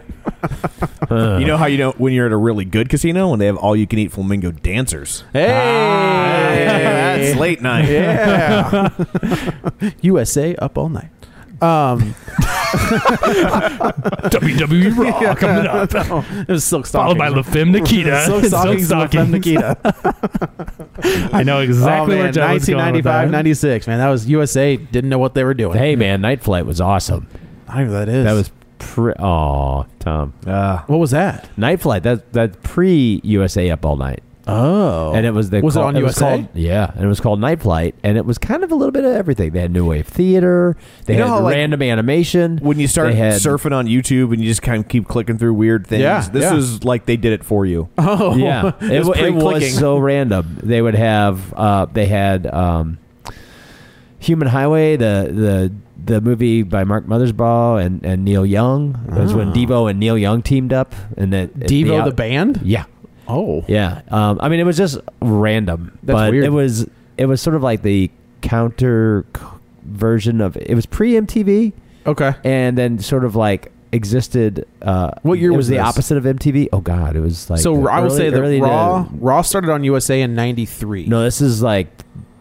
Speaker 6: night.
Speaker 9: You know how you know when you're at a really good casino when they have all you can eat flamingo dancers.
Speaker 6: Hey, Ah.
Speaker 9: that's late night.
Speaker 6: yeah. USA up all night. Um,
Speaker 7: WWE Raw coming up,
Speaker 6: it was silk stockings.
Speaker 7: followed by La Femme Nikita.
Speaker 6: silk stockings, La Femme Nikita.
Speaker 7: I know exactly
Speaker 6: oh, man,
Speaker 7: where Joe was going
Speaker 6: 1995,
Speaker 7: with that.
Speaker 6: 96. Man, that was USA. Didn't know what they were doing.
Speaker 8: hey, man, Night Flight was awesome.
Speaker 6: I don't know who that is.
Speaker 8: That was pre. Oh, Tom, uh,
Speaker 6: what was that?
Speaker 8: Night Flight. That that pre USA up all night.
Speaker 6: Oh,
Speaker 8: and it was the
Speaker 6: was
Speaker 8: call-
Speaker 6: it on USA?
Speaker 8: was called- yeah, and it was called Night Flight, and it was kind of a little bit of everything. They had new wave theater, they
Speaker 9: You know
Speaker 8: had
Speaker 9: how, like,
Speaker 8: random animation.
Speaker 9: When you start
Speaker 8: they had,
Speaker 9: surfing on YouTube and you just kind of keep clicking through weird things,
Speaker 6: Yeah,
Speaker 9: this
Speaker 6: yeah.
Speaker 9: is like they did it for you.
Speaker 6: oh,
Speaker 8: yeah,
Speaker 6: it, was,
Speaker 8: wa- it
Speaker 6: pre-clicking.
Speaker 8: was so random. They would have, uh, they had um, Human Highway, the the the movie by Mark Mothersbaugh and, and Neil Young. It was when Devo and Neil Young teamed up, and then
Speaker 6: Ah. Devo the band.
Speaker 8: Yeah,
Speaker 6: Oh,
Speaker 8: Yeah. Um, I mean, it was just random.
Speaker 6: That's
Speaker 8: but
Speaker 6: weird.
Speaker 8: It was it was sort of like the counter c- version of it was pre MTV,
Speaker 6: okay.
Speaker 8: and then sort of like existed. Uh,
Speaker 6: What year
Speaker 8: it
Speaker 6: was
Speaker 8: was the
Speaker 6: this?
Speaker 8: opposite of MTV? Oh God, it was like
Speaker 6: so
Speaker 8: the
Speaker 6: I will
Speaker 8: early-
Speaker 6: say
Speaker 8: early
Speaker 6: that
Speaker 8: to-
Speaker 6: Raw Raw started on USA in '93.
Speaker 8: no, this is like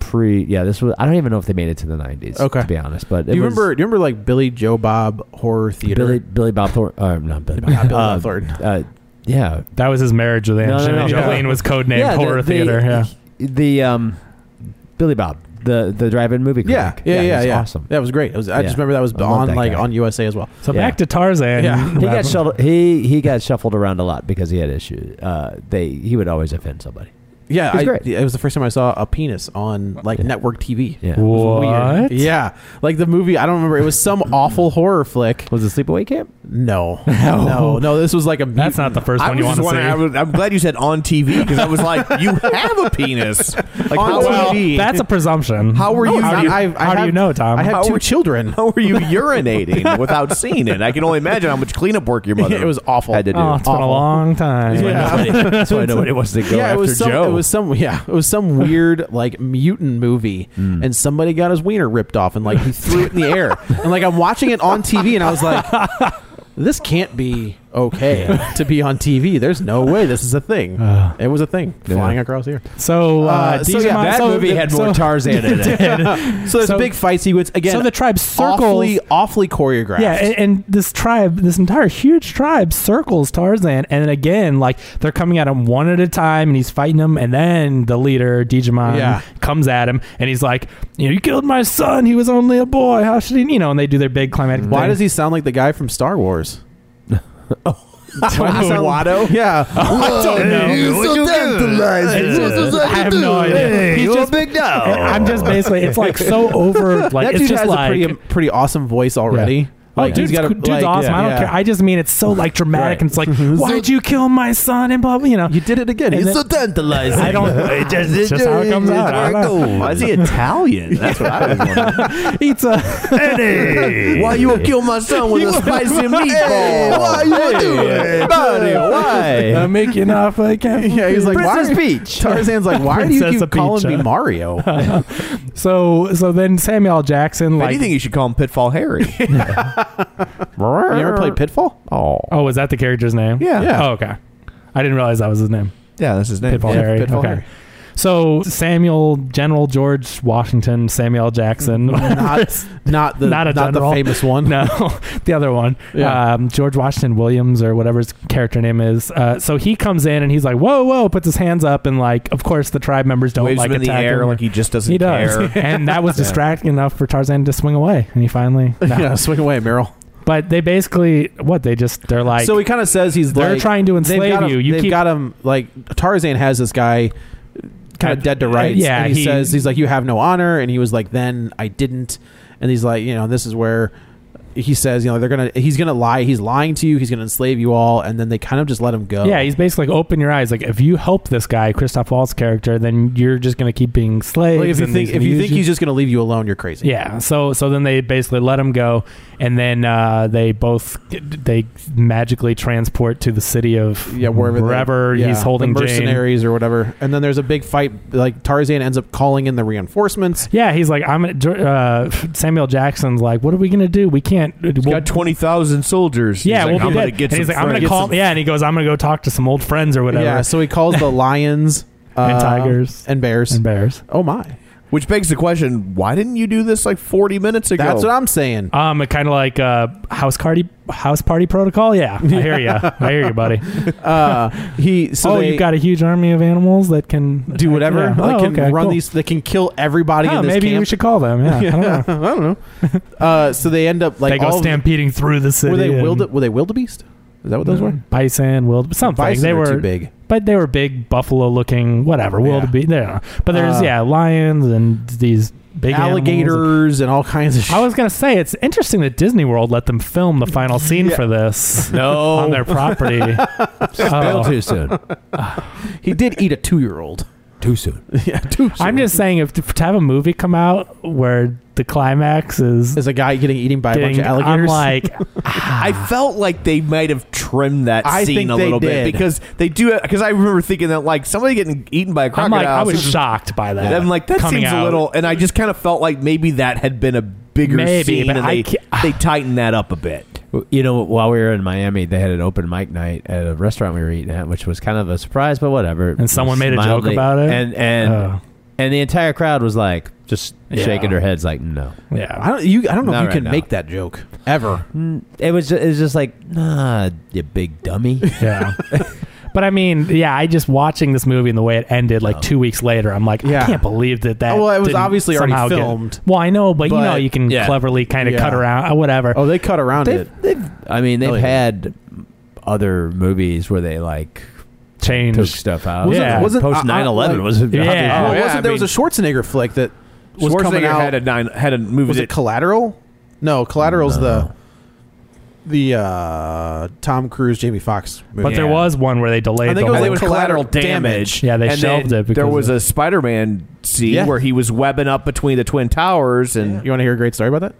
Speaker 8: pre. Yeah, this was. I don't even know if they made it to the nineties.
Speaker 6: Okay.
Speaker 8: to be honest, but
Speaker 6: do
Speaker 8: it
Speaker 6: you
Speaker 8: was
Speaker 6: remember? Do you remember like Billy Joe Bob Horror Theater?
Speaker 8: Billy Billy Bob Thornton? Uh, not Billy Bob.
Speaker 6: Not Billy
Speaker 8: uh,
Speaker 6: Bob Thornton.
Speaker 8: Uh, yeah,
Speaker 7: That was his marriage with
Speaker 8: no,
Speaker 7: Angelina
Speaker 8: no.
Speaker 7: Jolene
Speaker 8: Yeah.
Speaker 7: was codenamed
Speaker 8: yeah, the-
Speaker 7: Horror
Speaker 8: the-
Speaker 7: Theater. Yeah.
Speaker 8: the um, Billy Bob, the the drive-in movie.
Speaker 6: Yeah,
Speaker 8: critic.
Speaker 6: yeah, yeah, yeah.
Speaker 8: he's Awesome.
Speaker 6: That was great. It was, I
Speaker 8: Yeah.
Speaker 6: just remember that was
Speaker 8: I love
Speaker 6: on
Speaker 8: that
Speaker 6: like
Speaker 8: guy.
Speaker 6: on USA as well.
Speaker 7: So
Speaker 8: Yeah.
Speaker 7: back to Tarzan.
Speaker 6: Yeah. He
Speaker 8: He got shuffled. He he got shuffled around a lot because he had issues. Uh, they he would always offend somebody.
Speaker 6: Yeah,
Speaker 8: It was
Speaker 6: I,
Speaker 8: great.
Speaker 6: it was the first time I saw a penis on like network TV.
Speaker 8: Yeah.
Speaker 6: It was
Speaker 7: What?
Speaker 6: Yeah, like the movie. I don't remember. It was some awful horror flick.
Speaker 8: Was it Sleepaway Camp?
Speaker 6: No, no, no, This was like a.
Speaker 7: That's not the first
Speaker 9: I
Speaker 7: one you
Speaker 9: was just
Speaker 7: want to see.
Speaker 9: wondering- I was- I'm glad you said on TV because I was like, you have a penis. Like
Speaker 6: On
Speaker 9: how
Speaker 6: well,
Speaker 9: are you-
Speaker 7: That's a presumption.
Speaker 9: how were
Speaker 6: No,
Speaker 9: you?
Speaker 6: it's not. I've- I
Speaker 7: how do
Speaker 6: have-
Speaker 7: you know, Tom?
Speaker 6: I have
Speaker 9: How
Speaker 6: two
Speaker 9: were-
Speaker 6: children.
Speaker 9: How were you urinating without seeing it? I can only imagine how much cleanup work your mother.
Speaker 6: It was awful.
Speaker 9: Had to do.
Speaker 7: oh, it's been a
Speaker 6: Awful.
Speaker 7: long time.
Speaker 9: That's why nobody wants to go
Speaker 6: yeah,
Speaker 9: after
Speaker 6: it was some,
Speaker 9: Joe.
Speaker 6: It was some, yeah, it was some weird like mutant movie, and somebody got his wiener ripped off, and like he threw it in the air, and like I'm watching it on TV, and I was like, this can't be okay to be on TV. There's no way this is a thing. it was a thing flying across the air.
Speaker 7: So, uh,
Speaker 6: Uh, so
Speaker 7: Digimon-
Speaker 6: yeah, that
Speaker 7: so-
Speaker 6: movie had more
Speaker 7: so-
Speaker 6: Tarzan in it. So there's
Speaker 7: So-
Speaker 6: a big fight sequence again.
Speaker 7: so the tribe circles-
Speaker 6: awfully, awfully choreographed.
Speaker 7: Yeah, and, and this tribe, this entire huge tribe, circles Tarzan, and then again, like they're coming at him one at a time, and he's fighting them, and then the leader Digimon
Speaker 6: Yeah.
Speaker 7: comes at him, and he's like, "You know, you killed my son. He was only a boy. How should he?" You know, and they do their big climatic.
Speaker 6: Why
Speaker 7: thing.
Speaker 6: does he sound like the guy from Star Wars?
Speaker 7: Why does he sound-
Speaker 6: Watto? Yeah. I don't
Speaker 7: I have no idea. He's just-
Speaker 9: big dog.
Speaker 7: I'm just basically, it's like so over. Like
Speaker 6: Oh. that
Speaker 7: it's
Speaker 6: dude
Speaker 7: just
Speaker 6: has
Speaker 7: like
Speaker 6: a pretty, pretty awesome voice already.
Speaker 7: Yeah. Like, dude's,
Speaker 6: got a-
Speaker 7: dude's
Speaker 6: like,
Speaker 7: awesome.
Speaker 6: yeah,
Speaker 7: I don't
Speaker 6: yeah. Mm-hmm.
Speaker 7: care. I just mean it's so like dramatic, and it's like, why'd you kill my son? And blah blah. You know,
Speaker 6: you did it again.
Speaker 7: And
Speaker 6: He's
Speaker 7: then-
Speaker 6: so tantalizing.
Speaker 7: I don't. It's just, it's just how it comes out. I don't know.
Speaker 9: Why is he Italian? That's what I was wondering.
Speaker 7: It's a.
Speaker 9: Why you gonna kill my son with a spicy meatball? why you doing, buddy? Why?
Speaker 7: I'm making off like
Speaker 6: Yeah, he's like,
Speaker 9: Princess
Speaker 6: why?
Speaker 9: Peach.
Speaker 6: Tarzan's like, why do you
Speaker 7: Princess
Speaker 6: keep calling
Speaker 7: Peach,
Speaker 6: me
Speaker 7: huh?
Speaker 6: Mario?
Speaker 7: so. So then Samuel L. Jackson
Speaker 9: If
Speaker 7: like.
Speaker 9: anything, you should call him Pitfall Harry. you
Speaker 6: you
Speaker 9: ever
Speaker 6: ever played Pitfall?
Speaker 9: Oh,
Speaker 7: oh, is that the character's name?
Speaker 9: Yeah. Yeah.
Speaker 7: Oh, okay. I didn't realize that was his name.
Speaker 9: yeah, that's his name.
Speaker 7: Pitfall
Speaker 9: yeah.
Speaker 7: Harry.
Speaker 6: Pitfall
Speaker 7: okay.
Speaker 6: Harry.
Speaker 7: So Samuel General George Washington Samuel L. Jackson.
Speaker 6: Not, not the
Speaker 7: Not
Speaker 6: not,
Speaker 7: a
Speaker 6: the
Speaker 7: general.
Speaker 6: famous one.
Speaker 7: No, the other one,
Speaker 6: Yeah.
Speaker 7: um, George Washington Williams or whatever his character name is. Uh, so he comes in and he's like, "Whoa, whoa!" Puts his hands up and like, of course, the tribe members don't
Speaker 9: Waves
Speaker 7: like
Speaker 9: him in the
Speaker 7: attack
Speaker 9: air
Speaker 7: him.
Speaker 9: like he just doesn't
Speaker 7: he does,
Speaker 9: care.
Speaker 7: and that was distracting enough for Tarzan to swing away, and he finally. no.
Speaker 6: Yeah, swing away, Meryl.
Speaker 7: But they basically what they just they're like.
Speaker 6: so he kind of says he's
Speaker 7: They're
Speaker 6: like-
Speaker 7: trying to
Speaker 6: they've
Speaker 7: enslave
Speaker 6: got him-
Speaker 7: you. You
Speaker 6: they've
Speaker 7: keep-
Speaker 6: got him like Tarzan has this guy kind
Speaker 7: Kinda- uh,
Speaker 6: of dead to rights.
Speaker 7: yeah,
Speaker 6: and he,
Speaker 7: he-
Speaker 6: says he's like you have no honor, and he was like then I didn't, and he's like you know this is where he says you know they're gonna he's gonna lie he's lying to you he's gonna enslave you all, and then they kind of just let him go.
Speaker 7: yeah, he's basically like, open your eyes. Like, if you help this guy, Christoph Waltz character, then you're just gonna keep being slaves.
Speaker 6: like if you
Speaker 7: and
Speaker 6: think
Speaker 7: he's gonna
Speaker 6: if you
Speaker 7: use
Speaker 6: think he's just gonna leave you alone, you're crazy.
Speaker 7: Yeah. So so then they basically let him go, and then uh, they both they magically transport to the city of
Speaker 6: Yeah, wherever they-
Speaker 7: wherever
Speaker 6: yeah,
Speaker 7: he's holding
Speaker 6: the
Speaker 7: Jane.
Speaker 6: mercenaries or whatever, and then there's a big fight. Like Tarzan ends up calling in the reinforcements.
Speaker 7: Yeah, he's like, I'm. gonna- Uh, Samuel Jackson's like, what are we gonna do? We can't. we'll-
Speaker 9: Got twenty thousand soldiers.
Speaker 7: yeah,
Speaker 9: he's like,
Speaker 7: we'll be
Speaker 9: I'm
Speaker 7: dead.
Speaker 9: gonna get
Speaker 7: and he's
Speaker 9: some
Speaker 7: like, I'm gonna
Speaker 9: friends."
Speaker 7: call.
Speaker 9: Get some-
Speaker 7: yeah, and he goes, I'm gonna go talk to some old friends or whatever.
Speaker 6: Yeah, so he calls the lions
Speaker 7: uh, And
Speaker 6: uh,
Speaker 7: tigers.
Speaker 6: and bears.
Speaker 7: and bears.
Speaker 6: Oh my!
Speaker 9: Which begs the question: Why didn't you do this like forty minutes ago?
Speaker 6: That's what I'm saying.
Speaker 7: Um, kind of like uh, house party, house party protocol. Yeah, I hear you. I hear you, buddy.
Speaker 6: Uh, he so
Speaker 7: oh,
Speaker 6: they
Speaker 7: you've got a huge army of animals that can
Speaker 6: do whatever.
Speaker 7: Yeah.
Speaker 6: Like
Speaker 7: Oh,
Speaker 6: can
Speaker 7: okay,
Speaker 6: run
Speaker 7: cool.
Speaker 6: these. They can kill everybody
Speaker 7: Oh,
Speaker 6: in this
Speaker 7: maybe
Speaker 6: camp.
Speaker 7: we should call them. Yeah, I don't know.
Speaker 6: I don't know. uh, so they end up like
Speaker 7: they go
Speaker 6: all of-
Speaker 7: stampeding through the city.
Speaker 6: Were they
Speaker 7: and- Mm.
Speaker 6: wilde? Were they wildebeest? Is that what those were?
Speaker 7: Bison, wild, something.
Speaker 6: Bison
Speaker 7: they
Speaker 6: are
Speaker 7: were
Speaker 6: too big.
Speaker 7: but they were big buffalo-looking, whatever.
Speaker 6: Yeah.
Speaker 7: Wildebeest, they don't know. But there's
Speaker 6: Uh,
Speaker 7: yeah, lions and these big animals.
Speaker 6: Alligators and all kinds of. Shit.
Speaker 7: I was gonna say it's interesting that Disney World let them film the final scene for this
Speaker 9: No.
Speaker 7: on their property.
Speaker 8: Failed
Speaker 7: Oh.
Speaker 8: too soon.
Speaker 6: he did eat a two-year-old.
Speaker 8: Too soon.
Speaker 6: yeah, two.
Speaker 7: I'm just saying if to, have a movie come out where the climax is
Speaker 6: Is a guy getting eaten by a
Speaker 7: getting,
Speaker 6: bunch of alligators?
Speaker 7: I'm like
Speaker 9: I felt like they might have trimmed that
Speaker 6: Ah. I
Speaker 9: scene
Speaker 6: think
Speaker 9: a
Speaker 6: they
Speaker 9: little
Speaker 6: did.
Speaker 9: bit because they do. Because I remember thinking that like somebody getting eaten by a
Speaker 7: I'm
Speaker 9: crocodile.
Speaker 7: like I was
Speaker 9: seems-
Speaker 7: shocked by that.
Speaker 9: I'm like that
Speaker 7: coming
Speaker 9: seems a
Speaker 7: out.
Speaker 9: little, and I just kind of felt like maybe that had been a bigger
Speaker 7: Maybe,
Speaker 9: scene,
Speaker 7: but
Speaker 9: and
Speaker 7: I
Speaker 9: they
Speaker 7: ca-
Speaker 9: they tightened that up a bit.
Speaker 8: You know, while we were in Miami, they had an open mic night at a restaurant we were eating at, which was kind of a surprise, but whatever.
Speaker 7: And someone made a joke
Speaker 8: Mildly-
Speaker 7: about it?
Speaker 8: and and
Speaker 7: Oh.
Speaker 8: and the entire crowd was like just
Speaker 7: Yeah.
Speaker 8: shaking their heads, like no.
Speaker 7: Yeah.
Speaker 6: I don't. You. I don't know
Speaker 8: Not
Speaker 6: if you
Speaker 8: right
Speaker 6: can
Speaker 8: now.
Speaker 6: make that joke ever.
Speaker 8: It was it was just like nah, you big dummy.
Speaker 7: Yeah. but I mean, yeah, I just watching this movie and the way it ended, like two weeks later, I'm like, I
Speaker 6: Yeah.
Speaker 7: can't believe that that.
Speaker 6: Well, it was
Speaker 7: didn't
Speaker 6: obviously already
Speaker 7: somehow get-
Speaker 6: filmed.
Speaker 7: well, I know, but, you
Speaker 6: But-
Speaker 7: know, you can
Speaker 8: yeah.
Speaker 7: cleverly kind of
Speaker 6: Yeah.
Speaker 7: cut around, uh, whatever.
Speaker 6: Oh, they cut around it.
Speaker 8: They've, they've, I mean, they've
Speaker 6: Hell yeah.
Speaker 8: had other movies where they like
Speaker 7: change
Speaker 8: took stuff out.
Speaker 7: Wasn't-
Speaker 8: yeah,
Speaker 7: wasn't-
Speaker 8: post
Speaker 6: I- I-
Speaker 8: 9 11
Speaker 6: like-
Speaker 8: was it?
Speaker 7: Yeah.
Speaker 6: Well,
Speaker 7: Oh, yeah,
Speaker 6: wasn't, there was a Schwarzenegger flick that was coming
Speaker 9: Schwarzenegger
Speaker 6: out.
Speaker 9: had a nine had a movie
Speaker 6: was
Speaker 9: that
Speaker 6: it Collateral? No, Collateral's the the uh, Tom Cruise, Jamie Fox movie.
Speaker 7: But there was one where they delayed.
Speaker 6: I think
Speaker 7: the
Speaker 6: it
Speaker 9: I
Speaker 6: was
Speaker 7: whole-
Speaker 9: think it was collateral,
Speaker 6: Collateral
Speaker 9: damage.
Speaker 6: Damage.
Speaker 7: Yeah, they
Speaker 9: and
Speaker 7: shelved
Speaker 9: then
Speaker 7: it because
Speaker 9: There was
Speaker 7: of-
Speaker 9: a Spider-Man scene
Speaker 6: Yeah.
Speaker 9: where he was webbing up between the twin towers, and
Speaker 6: You want to hear a great story about that?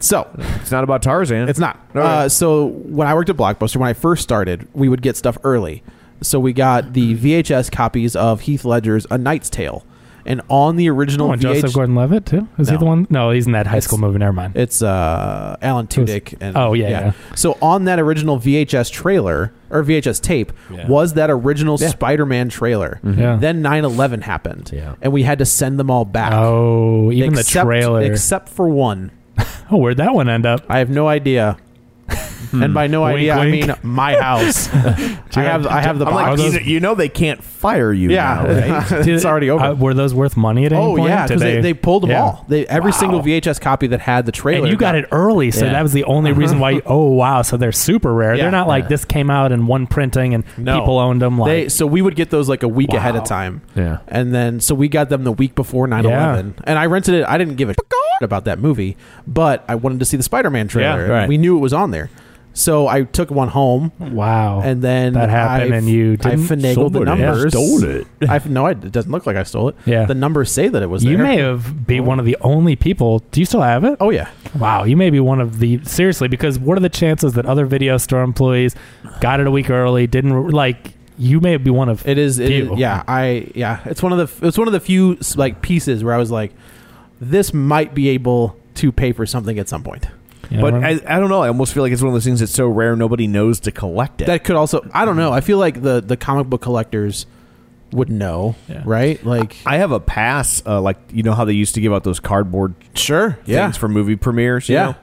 Speaker 6: So
Speaker 9: it's not about Tarzan.
Speaker 6: It's not.
Speaker 9: All right.
Speaker 6: Uh, so when I worked at Blockbuster, when I first started, we would get stuff early. So we got the VHS copies of Heath Ledger's A Knight's Tale, and on the original
Speaker 7: Oh, and
Speaker 6: VH
Speaker 7: Joseph Gordon-Levitt too. Is he
Speaker 6: No.
Speaker 7: the one? No, he's in that high
Speaker 6: It's-
Speaker 7: school movie. Never mind.
Speaker 6: it's uh, Alan
Speaker 7: was-
Speaker 6: Tudyk. And,
Speaker 7: oh, yeah, yeah.
Speaker 6: So on that original VHS trailer or VHS tape was that original Spider-Man trailer.
Speaker 7: Yeah.
Speaker 6: Then 9-11 happened,
Speaker 8: Yeah.
Speaker 6: and we had to send them all back.
Speaker 7: oh, even
Speaker 6: except,
Speaker 7: the trailer.
Speaker 6: except for one.
Speaker 7: oh, where'd that one end up?
Speaker 6: I have no idea.
Speaker 9: Hmm.
Speaker 6: and by no
Speaker 7: Wink,
Speaker 6: idea,
Speaker 7: wink.
Speaker 6: I mean my house. I have I have the
Speaker 9: I'm like,
Speaker 6: box.
Speaker 9: you, know, you know they can't fire you.
Speaker 6: yeah,
Speaker 9: now, right?
Speaker 6: it's already over.
Speaker 7: Uh, were those worth money at any
Speaker 6: oh
Speaker 7: point?
Speaker 6: yeah,
Speaker 7: Did
Speaker 6: because they, they pulled them
Speaker 7: Yeah.
Speaker 6: all. They every single VHS copy that had the trailer.
Speaker 7: And you got it early, so
Speaker 6: Yeah. Uh-huh.
Speaker 7: that was the only reason why. You, oh wow, so they're super rare.
Speaker 6: Yeah.
Speaker 7: They're not like this came out in one printing and
Speaker 6: No.
Speaker 7: people owned them. Like
Speaker 6: They, so we would get those like a week ahead of time.
Speaker 9: Yeah.
Speaker 6: And then so we got them the week before 9/11. And I rented it. I didn't give a about that movie, but I wanted to see the Spider-Man trailer.
Speaker 9: Yeah, right.
Speaker 6: We knew it was on there. So I took one home
Speaker 7: wow,
Speaker 6: and then
Speaker 7: that happened,
Speaker 6: I,
Speaker 7: and you
Speaker 6: I
Speaker 7: didn't.
Speaker 6: finagled the
Speaker 9: Somebody
Speaker 6: numbers.
Speaker 9: stole it.
Speaker 6: I no, I, it doesn't look like I stole it.
Speaker 7: Yeah.
Speaker 6: the numbers say that it was.
Speaker 7: you
Speaker 6: there.
Speaker 7: may have been one of the only people. Do you still have it?
Speaker 6: Oh yeah,
Speaker 7: Wow, you may be one of the seriously because what are the chances that other video store employees got it a week early? Didn't re- like you may be one of
Speaker 6: it is. It is
Speaker 7: few.
Speaker 6: yeah, I yeah. It's one of the it's one of the few s- like pieces where I was like, this might be able to pay for something at some point.
Speaker 7: You know
Speaker 9: But
Speaker 7: what
Speaker 9: I,
Speaker 7: I mean?
Speaker 9: I don't know. I almost feel like it's one of those things that's so rare nobody knows to collect it.
Speaker 6: That could also I don't know. I feel like the the comic book collectors would know,
Speaker 7: Yeah.
Speaker 6: right? Like
Speaker 9: I have a pass. Uh, like you know how they used to give out those cardboard
Speaker 6: sure,
Speaker 9: things
Speaker 6: yeah.
Speaker 9: for movie premieres. You
Speaker 6: Yeah.
Speaker 9: know?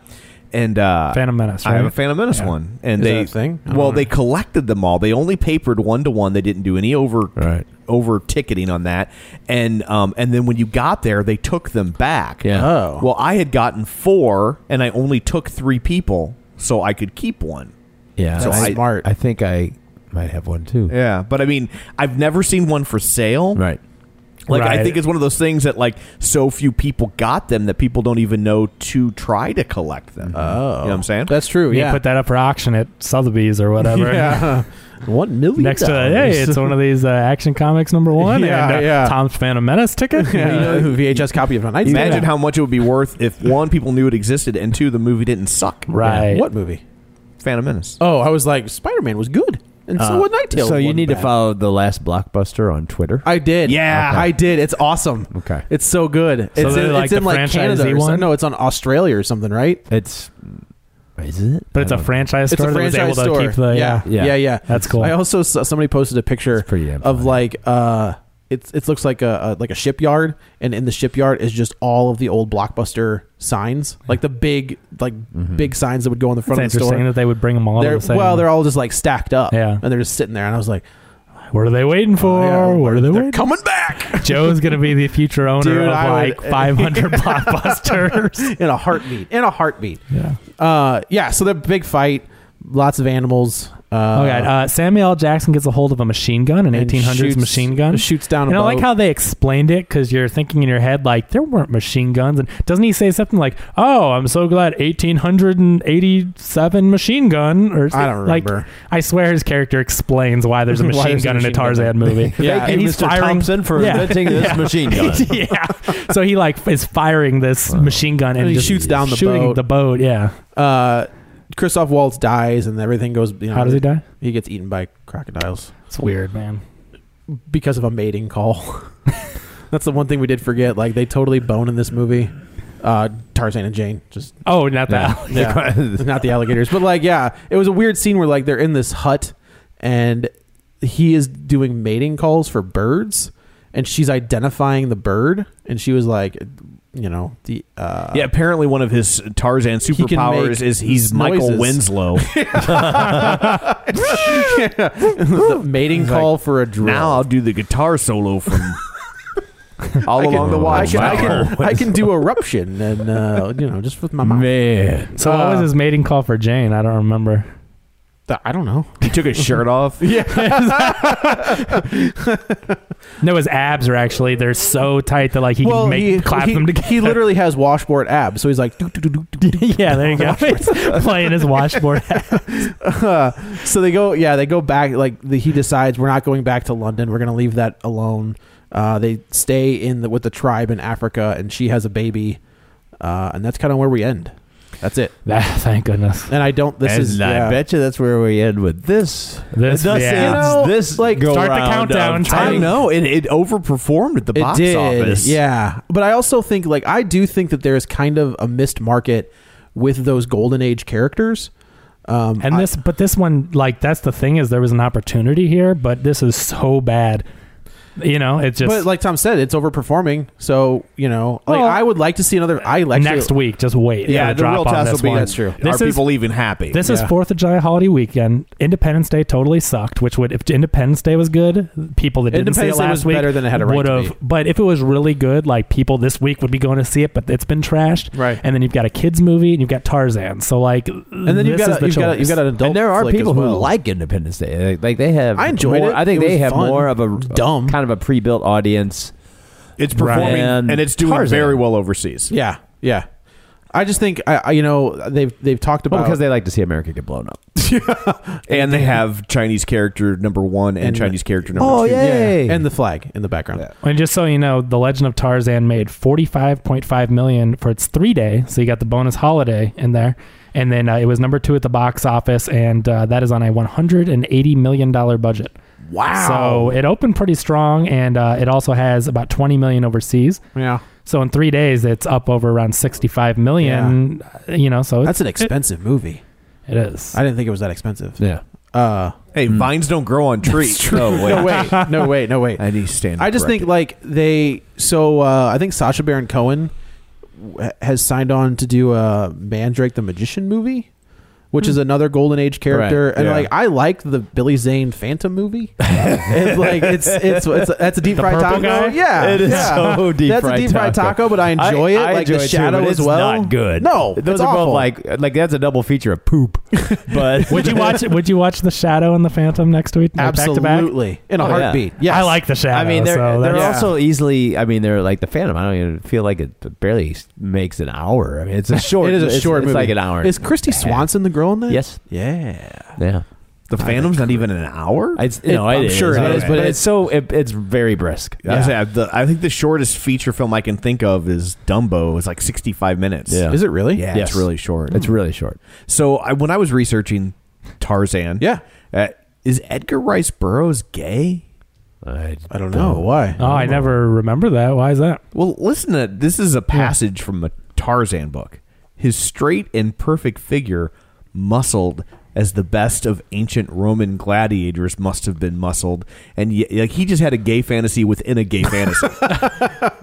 Speaker 9: And uh,
Speaker 7: Phantom Menace,
Speaker 9: I have
Speaker 7: right?
Speaker 9: a Phantom Menace
Speaker 7: Yeah.
Speaker 9: one, and
Speaker 6: Is
Speaker 9: they
Speaker 6: that a thing? I don't
Speaker 9: Well,
Speaker 6: know.
Speaker 9: they collected them all. They only papered one to one. They didn't do any over
Speaker 8: Right.
Speaker 9: over ticketing on that. And um, and then when you got there, they took them back.
Speaker 8: Yeah.
Speaker 6: Oh.
Speaker 9: Well, I had gotten four, and I only took three people, so I could keep one.
Speaker 8: Yeah,
Speaker 9: So
Speaker 8: I,
Speaker 9: I-
Speaker 6: smart.
Speaker 8: I think I might have one too.
Speaker 9: Yeah, but I mean, I've never seen one for sale.
Speaker 8: Right.
Speaker 9: Like I
Speaker 7: Right.
Speaker 9: think it's one of those things that like so few people got them that people don't even know to try to collect them. Oh, you know what I'm saying?
Speaker 6: That's true.
Speaker 7: you
Speaker 6: Yeah,
Speaker 7: put that up for auction at Sotheby's or whatever.
Speaker 6: yeah. one million
Speaker 7: Next to that, hey,
Speaker 6: dollars.
Speaker 7: it's one of these uh, Action Comics number one
Speaker 6: Yeah,
Speaker 7: and uh,
Speaker 6: yeah.
Speaker 7: Tom's Phantom Menace ticket.
Speaker 6: You know, VHS copy of a Night's
Speaker 9: Imagine
Speaker 6: Tale.
Speaker 9: how much it would be worth if one, people knew it existed, and two, the movie didn't suck.
Speaker 7: Right.
Speaker 6: What movie?
Speaker 9: Phantom Menace.
Speaker 6: Oh, I was like, Spider Man was good, and so was Night Tale.
Speaker 8: Uh, So you
Speaker 6: wasn't
Speaker 8: need
Speaker 6: bad.
Speaker 8: to follow the last blockbuster on Twitter.
Speaker 6: I did.
Speaker 9: Yeah.
Speaker 6: I did. It's awesome.
Speaker 8: Okay.
Speaker 6: It's so good.
Speaker 7: So
Speaker 6: it's
Speaker 7: they're
Speaker 6: in,
Speaker 7: like
Speaker 6: it's
Speaker 7: the
Speaker 6: in like Canada.
Speaker 7: franchisee
Speaker 6: Or
Speaker 7: one?
Speaker 6: some, no, it's on Australia or something, right?
Speaker 8: It's is it?
Speaker 7: But it's
Speaker 8: I
Speaker 7: a
Speaker 8: don't-
Speaker 7: franchise
Speaker 6: It's
Speaker 7: store
Speaker 6: a
Speaker 7: that was able
Speaker 6: franchise store.
Speaker 7: to keep the
Speaker 6: yeah.
Speaker 8: yeah.
Speaker 6: yeah. Yeah.
Speaker 7: That's cool.
Speaker 6: I also saw somebody posted a picture
Speaker 8: It's pretty damn
Speaker 6: of
Speaker 8: funny.
Speaker 6: like uh it's it looks like a, a like a shipyard and in the shipyard is just all of the old blockbuster signs. Like the big like
Speaker 9: Mm-hmm.
Speaker 6: big signs that would go in the
Speaker 7: It's
Speaker 6: front of the
Speaker 7: interesting
Speaker 6: store.
Speaker 7: that they would bring them all to
Speaker 6: they're,
Speaker 7: the same.
Speaker 6: well, they're all just like stacked up.
Speaker 7: Yeah.
Speaker 6: And they're just sitting there and I was like,
Speaker 7: what are they waiting for?
Speaker 6: Oh, yeah,
Speaker 7: what are they
Speaker 6: they're
Speaker 7: waiting?
Speaker 6: coming back.
Speaker 7: Joe's gonna be the future owner
Speaker 6: Dude,
Speaker 7: of
Speaker 6: I would- eh.
Speaker 7: like 500 blockbusters.
Speaker 6: in a heartbeat. In a heartbeat.
Speaker 7: Yeah.
Speaker 6: Uh, yeah. So the big fight, lots of animals. Uh,
Speaker 7: Oh god! Uh, Samuel L. Jackson gets a hold of a machine gun, an
Speaker 6: And
Speaker 7: 1800s
Speaker 6: shoots-
Speaker 7: machine gun,
Speaker 6: shoots down a
Speaker 7: And I like
Speaker 6: boat.
Speaker 7: how they explained it because you're thinking in your head like there weren't machine guns, and doesn't he say something like, "Oh, I'm so glad 1887 machine gun"? Or
Speaker 6: I don't
Speaker 7: like,
Speaker 6: remember.
Speaker 7: I swear his character explains why there's a
Speaker 6: Why
Speaker 7: machine
Speaker 6: there's a
Speaker 7: gun in a
Speaker 6: machine gun.
Speaker 7: Tarzan movie.
Speaker 6: Yeah,
Speaker 7: and he's
Speaker 8: Mr.
Speaker 7: firing
Speaker 8: Thompson for
Speaker 7: Yeah.
Speaker 8: inventing this machine gun.
Speaker 7: yeah, so he like is firing this machine gun and,
Speaker 6: And he
Speaker 7: just
Speaker 6: shoots down the
Speaker 7: shooting
Speaker 6: boat.
Speaker 7: The boat, yeah.
Speaker 6: Uh, Christoph Waltz dies, and everything goes. You know,
Speaker 7: How does he die?
Speaker 6: He gets eaten by crocodiles
Speaker 7: It's weird, man.
Speaker 6: because of a mating call. That's the one thing we did forget. Like they totally bone in this movie. Uh, Tarzan and Jane just
Speaker 7: Oh, not that.
Speaker 6: yeah, not the alligators, but like yeah, it was a weird scene where like they're in this hut and he is doing mating calls for birds, and she's identifying the bird, and she was like, you know, the uh,
Speaker 9: yeah, apparently one of his Tarzan
Speaker 6: can
Speaker 9: superpowers
Speaker 6: make
Speaker 9: is he's Michael
Speaker 6: noises.
Speaker 9: Winslow.
Speaker 6: the mating call for a drill.
Speaker 9: now I'll do the guitar solo from All
Speaker 6: I
Speaker 9: Along
Speaker 6: can,
Speaker 9: the
Speaker 6: Oh, I
Speaker 9: Watch.
Speaker 6: can, I can, I can do eruption and uh, you know just with my mouth.
Speaker 8: Man,
Speaker 7: So what was his mating call for Jane? I don't remember.
Speaker 6: Th- I don't know.
Speaker 9: He took his shirt off.
Speaker 7: No, his abs are actually they're so tight that like he can make clap
Speaker 6: he,
Speaker 7: them together.
Speaker 6: he literally has washboard abs, so he's like, "Doo, doo, doo, doo, doo, doo."
Speaker 7: yeah, there you go. He's playing his washboard.
Speaker 6: so they go, yeah, they go back. Like the, he decides we're not going back to London. We're gonna leave that alone. Uh, they stay in the, with the tribe in Africa, and she has a baby, uh, and that's kind of where we end. That's it.
Speaker 7: Ah, thank goodness.
Speaker 6: And I don't. This
Speaker 8: and
Speaker 6: is.
Speaker 8: I
Speaker 6: yeah.
Speaker 8: bet you that's where we end with this.
Speaker 7: This-
Speaker 8: Thus
Speaker 7: yeah.
Speaker 8: ends
Speaker 7: You know,
Speaker 8: this
Speaker 6: like,
Speaker 8: go
Speaker 7: start the
Speaker 8: round of
Speaker 7: countdown,
Speaker 8: time.
Speaker 9: I don't know. It, it overperformed at the box office.
Speaker 6: Yeah, but I also think like I do think that there is kind of a missed market with those golden age characters. Um,
Speaker 7: And
Speaker 6: I-
Speaker 7: this, but this one, like that's the thing is there was an opportunity here, but this is so bad. You know, it's just
Speaker 6: but like Tom said, it's overperforming. So you know, like
Speaker 7: Well-
Speaker 6: I would like to see another. I like
Speaker 7: next week. Just wait.
Speaker 9: Yeah,
Speaker 7: Gotta
Speaker 9: the real
Speaker 7: drop on
Speaker 9: test
Speaker 7: this
Speaker 9: will be
Speaker 7: one.
Speaker 9: that's true.
Speaker 7: This
Speaker 9: Are
Speaker 7: is
Speaker 9: people even happy?
Speaker 7: This is
Speaker 6: Yeah.
Speaker 7: Fourth of July holiday weekend. Independence Day totally sucked. Which would, if Independence Day was good, people that didn't see it
Speaker 6: Independence Day
Speaker 7: last
Speaker 6: was
Speaker 7: week
Speaker 6: better than it had a right
Speaker 7: would
Speaker 6: to
Speaker 7: have.
Speaker 6: be.
Speaker 7: But if it was really good, like people this week would be going to see it, but it's been trashed.
Speaker 6: Right.
Speaker 7: And then you've got a kids movie and you've got Tarzan. So like,
Speaker 6: And then you've
Speaker 7: this
Speaker 6: got
Speaker 7: is
Speaker 6: a,
Speaker 7: the
Speaker 6: you've got a,
Speaker 7: choice.
Speaker 6: you've got an adult.
Speaker 8: And there are
Speaker 6: flick
Speaker 8: people
Speaker 6: as well.
Speaker 8: who like Independence Day. Like, like they have,
Speaker 6: I enjoyed
Speaker 8: more-
Speaker 6: it.
Speaker 8: I think
Speaker 6: It
Speaker 8: they
Speaker 6: was
Speaker 8: have
Speaker 6: fun.
Speaker 8: more of a
Speaker 6: Dumb.
Speaker 8: kind of a pre-built audience.
Speaker 9: It's performing
Speaker 8: Right.
Speaker 9: and,
Speaker 8: And
Speaker 9: it's doing
Speaker 8: Tarzan.
Speaker 9: very well overseas.
Speaker 6: Yeah, yeah. I just think I, I you know they've they've talked about
Speaker 8: Well, because they like to see America get blown up.
Speaker 9: And they have Chinese character number one and,
Speaker 6: And-
Speaker 9: Chinese character number
Speaker 8: Oh,
Speaker 9: two.
Speaker 8: yeah. Yay.
Speaker 6: and the flag in the background.
Speaker 8: Yeah.
Speaker 7: And just so you know, The Legend of Tarzan made forty five point five million for its three day, so you got the bonus holiday in there. And then uh, it was number two at the box office, and uh, that is on a one hundred and eighty million dollar budget. Wow! So it opened pretty strong, and uh, it also has about twenty million overseas.
Speaker 6: Yeah.
Speaker 7: So in three days, it's up over around sixty five million. You know, so
Speaker 6: That's an
Speaker 7: it's-
Speaker 6: expensive movie.
Speaker 7: It, it is.
Speaker 6: I didn't think it was that expensive.
Speaker 8: Yeah.
Speaker 6: Uh,
Speaker 9: Hey, vines don't grow on trees.
Speaker 8: No way.
Speaker 6: no wait, no wait, no wait.
Speaker 9: I need to stand.
Speaker 6: I just think like they so uh, I think Sasha Baron Cohen w- has signed on to do a Mandrake the Magician movie, which is another Golden Age character,
Speaker 9: Right,
Speaker 6: and
Speaker 9: yeah.
Speaker 6: like I like the Billy Zane Phantom movie. it's like it's it's it's that's a deep
Speaker 7: The
Speaker 6: fried
Speaker 7: purple
Speaker 6: taco.
Speaker 7: guy?
Speaker 6: Yeah,
Speaker 8: It is
Speaker 6: yeah.
Speaker 8: so deep
Speaker 6: That's
Speaker 8: fried
Speaker 6: a deep fried
Speaker 8: taco.
Speaker 6: taco, but I enjoy it. like
Speaker 8: enjoy
Speaker 6: the
Speaker 8: it too,
Speaker 6: shadow
Speaker 8: but
Speaker 6: as
Speaker 8: it's
Speaker 6: well.
Speaker 8: Not good.
Speaker 6: No,
Speaker 8: those
Speaker 6: it's
Speaker 8: are both
Speaker 6: awful.
Speaker 8: like like that's a double feature of poop. But
Speaker 7: would you watch? Would you watch The Shadow and the Phantom next week? like,
Speaker 6: absolutely
Speaker 7: Back to back?
Speaker 6: in a
Speaker 8: Oh, yeah.
Speaker 6: heartbeat. Yeah,
Speaker 7: I like The Shadow.
Speaker 8: I mean, they're
Speaker 7: so
Speaker 8: they're
Speaker 7: that's-
Speaker 8: also easily. I mean, they're like the Phantom. I don't even feel like it barely makes an hour. I mean, it's a short.
Speaker 6: It is a
Speaker 8: it's-
Speaker 6: short
Speaker 8: It's
Speaker 6: movie.
Speaker 8: like an hour.
Speaker 6: Is Christy Swanson the girl in that?
Speaker 8: Yes.
Speaker 6: Yeah.
Speaker 8: yeah.
Speaker 9: the Phantom's not even an hour.
Speaker 8: It's no,
Speaker 6: I'm
Speaker 8: it is,
Speaker 6: sure it is,
Speaker 8: but
Speaker 6: but
Speaker 8: it's so it, it's very brisk.
Speaker 9: I, was saying, the- I think the shortest feature film I can think of is Dumbo. It's like 65 minutes.
Speaker 8: Yeah.
Speaker 6: Is it really?
Speaker 9: Yeah,
Speaker 8: Yes.
Speaker 9: it's really short.
Speaker 8: It's really short.
Speaker 9: So I, when I was researching Tarzan,
Speaker 6: Yeah.
Speaker 9: uh, is Edgar Rice Burroughs gay?
Speaker 8: I,
Speaker 6: I don't know why.
Speaker 7: Oh, I never remember that. Why is that?
Speaker 9: Well, listen to this is a passage from a Tarzan book. His straight and perfect figure, muscled as the best of ancient Roman gladiators must have been muscled, and yet, like he just had a gay fantasy within a gay fantasy,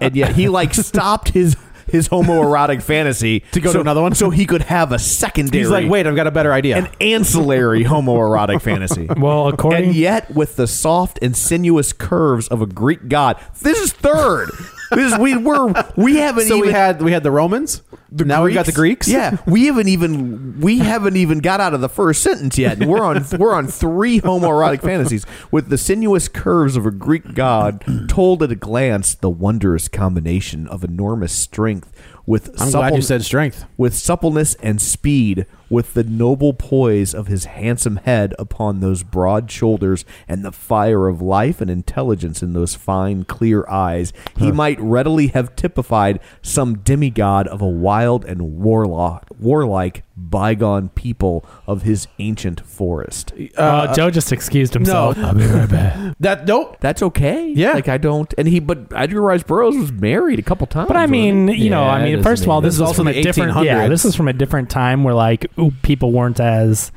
Speaker 9: and yet he like stopped his his homoerotic fantasy
Speaker 6: To go to
Speaker 9: so-
Speaker 6: another one?
Speaker 9: so he could have a secondary.
Speaker 6: He's like, wait, I've got a better idea.
Speaker 9: an ancillary homoerotic fantasy.
Speaker 7: Well, according
Speaker 9: And yet, with the soft and sinuous curves of a Greek god, this is third. this is, we were we haven't
Speaker 6: so
Speaker 9: even
Speaker 6: we had we had the Romans. now we got the Greeks.
Speaker 9: Yeah, we haven't even we haven't even got out of the first sentence yet. and We're on we're on three homoerotic fantasies with the sinuous curves of a Greek god told at a glance the wondrous combination of enormous strength with
Speaker 6: I'm glad
Speaker 9: supple-
Speaker 6: you said strength.
Speaker 9: with suppleness and speed, with the noble poise of his handsome head upon those broad shoulders, and the fire of life and intelligence in those fine, clear eyes, he might readily have typified some demigod of a wild and warlock, warlike bygone people of his ancient forest.
Speaker 7: uh, Joe just excused himself.
Speaker 6: no.
Speaker 7: I'll be right back.
Speaker 6: That nope.
Speaker 9: That's okay.
Speaker 6: Yeah.
Speaker 9: like I don't, and he, but Edgar Rice Burroughs was married a couple times.
Speaker 7: But I mean, you know,
Speaker 8: Yeah,
Speaker 7: I mean,
Speaker 8: doesn't
Speaker 7: first of all,
Speaker 8: mean-
Speaker 7: this is also from
Speaker 6: the
Speaker 7: a different. Yeah,
Speaker 6: 1800s.
Speaker 7: this is from a different time where like ooh, people weren't as.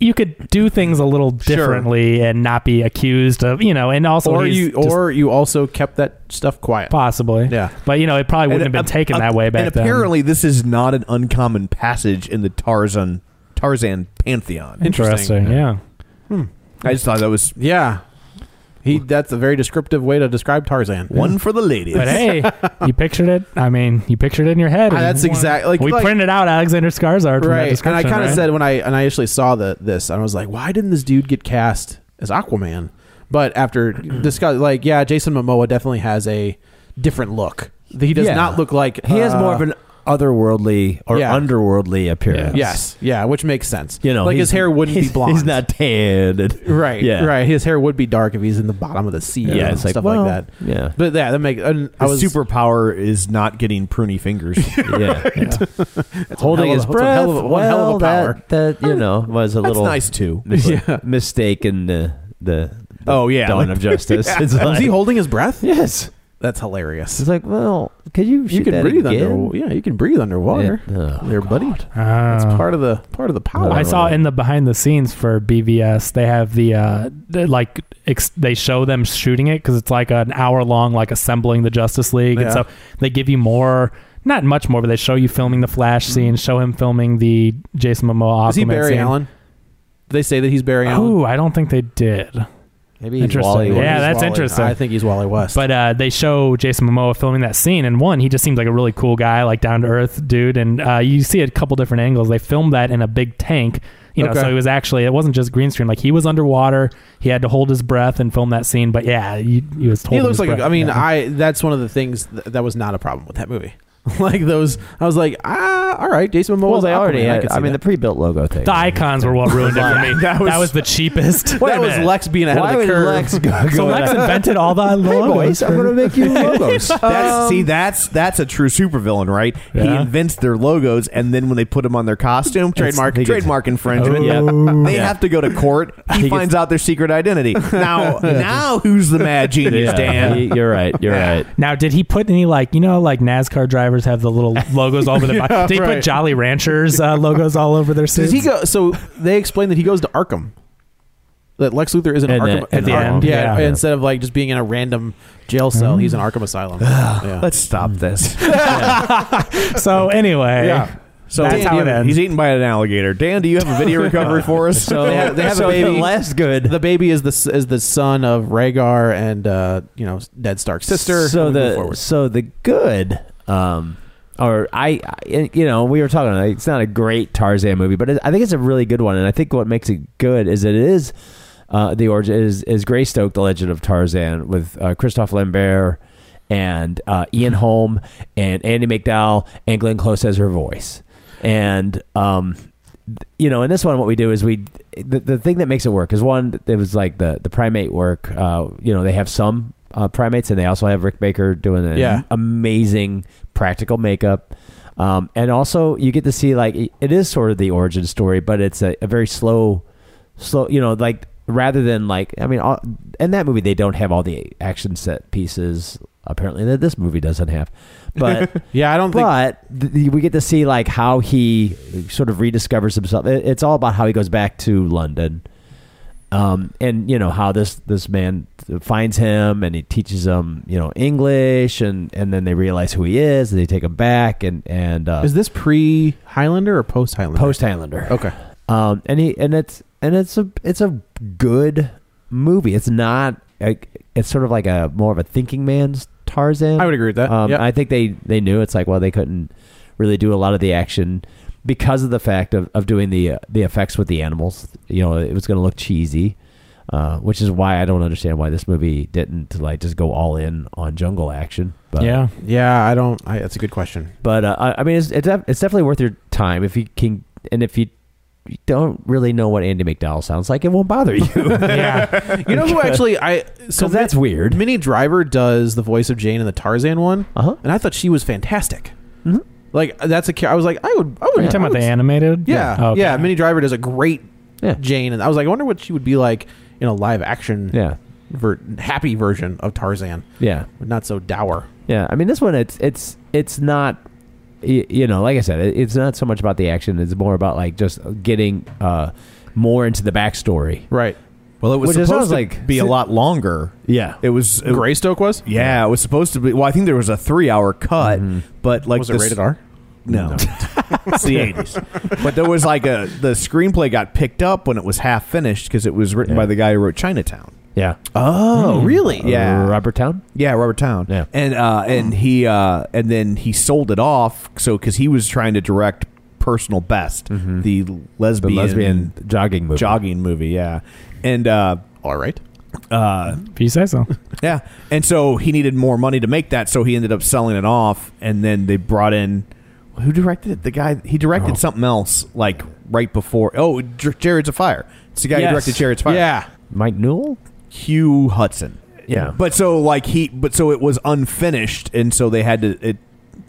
Speaker 7: You could do things a little differently and not be accused of, you know, and also
Speaker 6: Or
Speaker 7: he's
Speaker 6: you
Speaker 7: just
Speaker 6: or you also kept that stuff quiet.
Speaker 7: possibly,
Speaker 6: Yeah.
Speaker 7: But you know, it probably wouldn't
Speaker 9: And
Speaker 7: have been
Speaker 9: ap-
Speaker 7: taken
Speaker 9: ap-
Speaker 7: that way back
Speaker 9: And
Speaker 7: then.
Speaker 9: apparently, this is not an uncommon passage in the Tarzan Tarzan pantheon.
Speaker 7: interesting.
Speaker 6: Interesting.
Speaker 7: Yeah.
Speaker 9: I just thought that was
Speaker 6: Yeah. He that's a very descriptive way to describe Tarzan.
Speaker 9: One for the ladies.
Speaker 7: But hey, you pictured it. I mean, you pictured it in your head.
Speaker 6: Ah,
Speaker 7: and
Speaker 6: that's
Speaker 7: you-
Speaker 6: exact- like-
Speaker 7: we
Speaker 6: like-
Speaker 7: printed out Alexander Skarsgård. From that
Speaker 6: right. And I
Speaker 7: description,
Speaker 6: kind of
Speaker 7: right?
Speaker 6: said when I and I actually saw the this, I was like, why didn't this dude get cast as Aquaman? But after discuss, like, yeah, Jason Momoa definitely has a different look. He does
Speaker 8: Yeah.
Speaker 6: not look like
Speaker 8: He has
Speaker 6: uh,
Speaker 8: more of an otherworldly or
Speaker 6: Yeah.
Speaker 8: underworldly appearance.
Speaker 6: yes, yeah, which makes sense.
Speaker 8: You know,
Speaker 6: like his
Speaker 8: he's-
Speaker 6: hair wouldn't be
Speaker 8: he's-
Speaker 6: blonde.
Speaker 8: He's not tan. and-
Speaker 6: Right,
Speaker 8: Yeah.
Speaker 6: right. His hair would be dark if he's in the bottom of the sea,
Speaker 8: Yeah,
Speaker 6: and
Speaker 8: it's like,
Speaker 6: stuff
Speaker 8: well,
Speaker 6: like that.
Speaker 8: yeah.
Speaker 6: but yeah, that make. And I
Speaker 9: His
Speaker 6: was
Speaker 9: superpower is not getting pruny fingers.
Speaker 8: Yeah. Holding
Speaker 6: hell
Speaker 8: his
Speaker 6: of a- that's a
Speaker 8: breath.
Speaker 6: hell of a- one hell of a
Speaker 8: well,
Speaker 6: power.
Speaker 8: that, that, you know, was a
Speaker 9: That's
Speaker 8: little
Speaker 9: nice too.
Speaker 8: yeah. mistake in the, the, the
Speaker 9: Oh, yeah.
Speaker 8: dawn
Speaker 9: Like-
Speaker 8: of justice. It's
Speaker 6: was
Speaker 8: like,
Speaker 6: he holding his breath?
Speaker 8: yes.
Speaker 6: That's hilarious.
Speaker 8: It's like, well, could you
Speaker 6: You
Speaker 8: shoot
Speaker 6: can
Speaker 8: that
Speaker 6: breathe
Speaker 8: again?
Speaker 6: under. Yeah, you can breathe underwater.
Speaker 8: Yeah. Oh,
Speaker 6: there, buddy.
Speaker 7: Oh.
Speaker 6: That's part of the part of the power.
Speaker 7: I saw in the behind the scenes for BVS, they have the uh, the, like ex- they show them shooting it because it's like an hour long, like assembling the Justice League, and
Speaker 6: Yeah.
Speaker 7: so they give you more, not much more, but they show you filming the Flash scene, show him filming the Jason Momoa.
Speaker 6: Mm-hmm. Is he
Speaker 7: Aquaman
Speaker 6: Barry
Speaker 7: scene.
Speaker 6: Allen? Do they say that he's Barry Allen?
Speaker 7: Ooh, I don't think they did.
Speaker 8: Maybe he's
Speaker 7: Interesting.
Speaker 8: Wally
Speaker 7: Yeah,
Speaker 8: West.
Speaker 7: that's
Speaker 6: Wally-
Speaker 7: interesting.
Speaker 6: I think he's Wally West.
Speaker 7: But uh, they show Jason Momoa filming that scene, and one, he just seems like a really cool guy, like down to earth dude. And uh, you see a couple different angles. They filmed that in a big tank, you know.
Speaker 6: Okay.
Speaker 7: So it was actually it wasn't just green screen. Like he was underwater. He had to hold his breath and film that scene. But yeah, he, he was.
Speaker 6: he
Speaker 7: holding
Speaker 6: looks
Speaker 7: his
Speaker 6: like a,
Speaker 7: breath.
Speaker 6: I mean,
Speaker 7: Yeah.
Speaker 6: I that's one of the things th- that was not a problem with that movie. like those, I was like, ah, all right, Jason Momoa.
Speaker 8: Well, they already had, I mean, the pre-built logo thing.
Speaker 7: the icons were what ruined it for me. that, was, the cheapest.
Speaker 6: that was Lex being ahead
Speaker 8: Why
Speaker 6: of the
Speaker 8: would
Speaker 6: curve.
Speaker 8: Lex go, go
Speaker 7: So Lex invented all the
Speaker 8: Hey,
Speaker 7: logos.
Speaker 8: boys, I'm going to make you logos.
Speaker 9: That's, see, that's that's a true supervillain, right? He
Speaker 7: Yeah.
Speaker 9: invents their logos, and then when they put them on their costume, trademark trademark infringement.
Speaker 7: Oh.
Speaker 9: They have to go to court. He, finds out their secret identity. Now, now who's the mad genius,
Speaker 8: Yeah,
Speaker 9: Dan?
Speaker 8: he- You're right. You're right.
Speaker 7: Now, did he put any like you know like NASCAR drivers have the little logos all over their body? Did he
Speaker 6: right.
Speaker 7: put Jolly Ranchers uh, logos all over their
Speaker 6: Does
Speaker 7: suits?
Speaker 6: he go? So they explain that he goes to Arkham. That Lex Luthor is an
Speaker 8: And
Speaker 6: Arkham
Speaker 8: that-
Speaker 7: At the
Speaker 6: Arkham-
Speaker 7: end,
Speaker 6: yeah,
Speaker 7: yeah.
Speaker 6: Instead of like just being in a random jail cell, he's an Arkham asylum. Yeah.
Speaker 9: Let's stop this.
Speaker 7: so anyway,
Speaker 6: Yeah.
Speaker 9: So
Speaker 7: That's
Speaker 9: Dan,
Speaker 7: how
Speaker 9: you
Speaker 7: it
Speaker 9: have-
Speaker 7: ends.
Speaker 9: He's eaten by an alligator. Dan, do you have a video recovery for us?
Speaker 8: So
Speaker 6: They have- they have a
Speaker 8: so the
Speaker 6: baby.
Speaker 8: less good.
Speaker 6: the baby is the is the son of Rhaegar and uh, you know Ned Stark's sister.
Speaker 8: So
Speaker 6: We move
Speaker 8: the
Speaker 6: forward.
Speaker 8: so the good, um, or I, I, you know, we were talking. Like, it's not a great Tarzan movie, but it, I think it's a really good one. And I think what makes it good is it is uh, the origin is is Greystoke, the Legend of Tarzan, with uh, Christophe Lambert and uh, Ian Holm and Andy McDowell and Glenn Close as her voice, and um, you know, in this one, what we do is we the, the thing that makes it work is one. It was like the the primate work. Uh, you know, they have some uh, primates, and they also have Rick Baker doing an
Speaker 6: Yeah.
Speaker 8: amazing practical makeup. Um, and also, you get to see like it- it is sort of the origin story, but it's a, a very slow, slow. You know, like rather than like I mean, all, in that movie they don't have all the action set pieces. Apparently, that this movie doesn't have, but.
Speaker 6: yeah, I don't think
Speaker 8: But th- th- we get to see like how he sort of rediscovers himself. It- It's all about how he goes back to London, um, and you know how this this man finds him and he teaches him you know English, and and then they realize who he is and they take him back and and uh,
Speaker 6: is this pre Highlander or post Highlander?
Speaker 8: post Highlander.
Speaker 6: Okay.
Speaker 8: Um, and he and it's and it's a it's a good movie. It's not like it's sort of like a more of a thinking man's Tarzan.
Speaker 6: I would agree with that.
Speaker 8: Um,
Speaker 6: Yep.
Speaker 8: I think they they knew it's like well they couldn't really do a lot of the action because of the fact of, of doing the uh, the effects with the animals. You know, it was going to look cheesy, uh, which is why I don't understand why this movie didn't like just go all in on jungle action. But,
Speaker 7: yeah.
Speaker 6: Yeah, I don't. I, that's a good question.
Speaker 8: but uh, I, I mean, it's it's, def- it's definitely worth your time if you can, and if you. You don't really know what Andy McDowell sounds like. It won't bother you.
Speaker 6: Yeah, you know who actually I so
Speaker 8: 'Cause that's
Speaker 6: Mi-
Speaker 8: weird.
Speaker 6: Minnie Driver does the voice of Jane in the Tarzan one,
Speaker 8: Uh-huh.
Speaker 6: and I thought she was fantastic.
Speaker 8: Mhm.
Speaker 6: Like that's a cha- I was like I would I would
Speaker 7: Are you talking
Speaker 6: I
Speaker 7: about the
Speaker 6: would-
Speaker 7: animated?
Speaker 6: yeah
Speaker 7: Oh, okay.
Speaker 6: yeah Minnie Driver does a great
Speaker 8: Yeah.
Speaker 6: Jane, and I was like I wonder what she would be like in a live action
Speaker 8: Yeah.
Speaker 6: ver- happy version of Tarzan,
Speaker 8: Yeah.
Speaker 6: but not so dour.
Speaker 8: Yeah, I mean this one it's it's it's not y- you know, like I said, it- it's not so much about the action, it's more about like just getting uh more into the backstory.
Speaker 6: Right,
Speaker 9: well, it was
Speaker 8: Which it
Speaker 9: supposed
Speaker 8: sounds
Speaker 9: to
Speaker 8: like-
Speaker 9: be a lot longer.
Speaker 8: Yeah.
Speaker 9: It was it-
Speaker 6: Greystoke was
Speaker 9: Yeah, it was supposed to be. Well, I think there was a three-hour cut,
Speaker 7: Mm-hmm.
Speaker 9: but like
Speaker 6: was it
Speaker 9: this-
Speaker 6: rated R?
Speaker 9: No, it's the eighties. But there was like a the screenplay got picked up when it was half finished because it was written by the guy who wrote Chinatown.
Speaker 8: Yeah.
Speaker 6: Oh,
Speaker 9: Hmm.
Speaker 6: really?
Speaker 9: Yeah.
Speaker 8: Robert Town.
Speaker 9: Yeah, Robert Town.
Speaker 8: Yeah.
Speaker 9: and uh, and he uh, and then he sold it off. So because he was trying to direct Personal Best, Mm-hmm. the lesbian,
Speaker 8: lesbian jogging movie.
Speaker 9: jogging movie. Yeah, and uh, all right. Uh,
Speaker 7: If you say so.
Speaker 9: yeah, and so he needed more money to make that, so he ended up selling it off, and then they brought in who directed it? The guy he
Speaker 8: Oh.
Speaker 9: directed something else like right before. Oh, Dr- Chariots of Fire. It's the guy who directed Chariots of Fire.
Speaker 6: Yeah.
Speaker 8: Mike Newell.
Speaker 9: Hugh Hudson.
Speaker 8: Yeah.
Speaker 9: But so like he, but so it was unfinished, and so they had to it.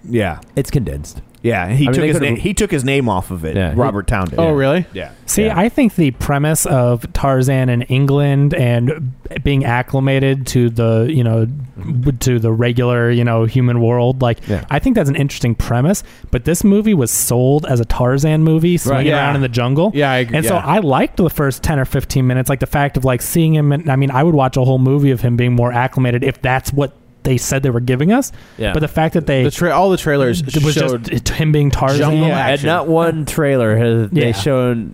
Speaker 9: Yeah,
Speaker 8: It's condensed.
Speaker 9: yeah. and He
Speaker 8: I mean,
Speaker 9: took
Speaker 8: they
Speaker 9: his
Speaker 8: could've-
Speaker 9: na- he took his name off of it.
Speaker 8: Yeah.
Speaker 9: Robert Town did.
Speaker 6: Oh,
Speaker 9: Yeah.
Speaker 6: really?
Speaker 9: Yeah.
Speaker 7: See,
Speaker 8: Yeah.
Speaker 7: I think the premise of Tarzan in England and being acclimated to the, you know, to the regular, you know, human world, like
Speaker 8: Yeah.
Speaker 7: I think that's an interesting premise, but this movie was sold as a Tarzan movie swinging
Speaker 6: Yeah.
Speaker 7: around in the jungle.
Speaker 6: Yeah, I agree,
Speaker 7: And so
Speaker 6: yeah.
Speaker 7: I liked the first 10 or 15 minutes, like the fact of like seeing him and I mean, I would watch a whole movie of him being more acclimated if that's what they said they were giving us.
Speaker 8: Yeah.
Speaker 7: But the fact that they
Speaker 6: The tra- all the trailers
Speaker 7: it was
Speaker 6: showed
Speaker 7: just him being Tarzan.
Speaker 6: Jungle
Speaker 8: Yeah, and
Speaker 6: action.
Speaker 8: not one trailer has
Speaker 7: Yeah.
Speaker 8: they shown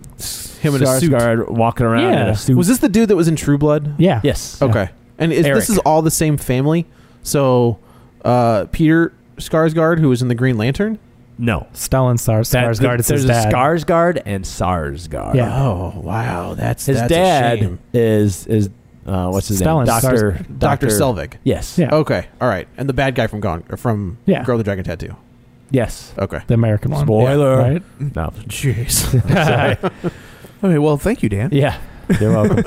Speaker 6: Him
Speaker 8: him
Speaker 6: in a suit.
Speaker 8: walking around in
Speaker 7: Yeah.
Speaker 8: a suit.
Speaker 6: Was this the dude that was in True Blood?
Speaker 7: Yeah.
Speaker 8: yes?
Speaker 6: Okay. And is,
Speaker 8: Eric.
Speaker 6: this is all the same family. So, uh, Peter Skarsgård, who was in the Green Lantern.
Speaker 8: No.
Speaker 7: Stellan Sar- Skarsgård is
Speaker 8: there's
Speaker 7: his dad.
Speaker 8: a Skarsgård and Sarsgard.
Speaker 7: Yeah.
Speaker 6: Oh wow, that's
Speaker 8: His
Speaker 6: that's a
Speaker 8: dad
Speaker 6: shame.
Speaker 8: is is uh, what's his
Speaker 7: Stellan
Speaker 8: name? Doctor
Speaker 7: Skarsgård.
Speaker 6: Dr. Selvig.
Speaker 8: Yes.
Speaker 7: Yeah.
Speaker 6: Okay, all right, and the bad guy from Gone or from
Speaker 7: Yeah.
Speaker 6: Girl with the Dragon Tattoo.
Speaker 8: Yes.
Speaker 6: Okay,
Speaker 7: the American one.
Speaker 8: Spoiler.
Speaker 7: Yeah, right?
Speaker 8: No. Jeez.
Speaker 9: Okay. Well, thank you, Dan.
Speaker 8: yeah. You're welcome.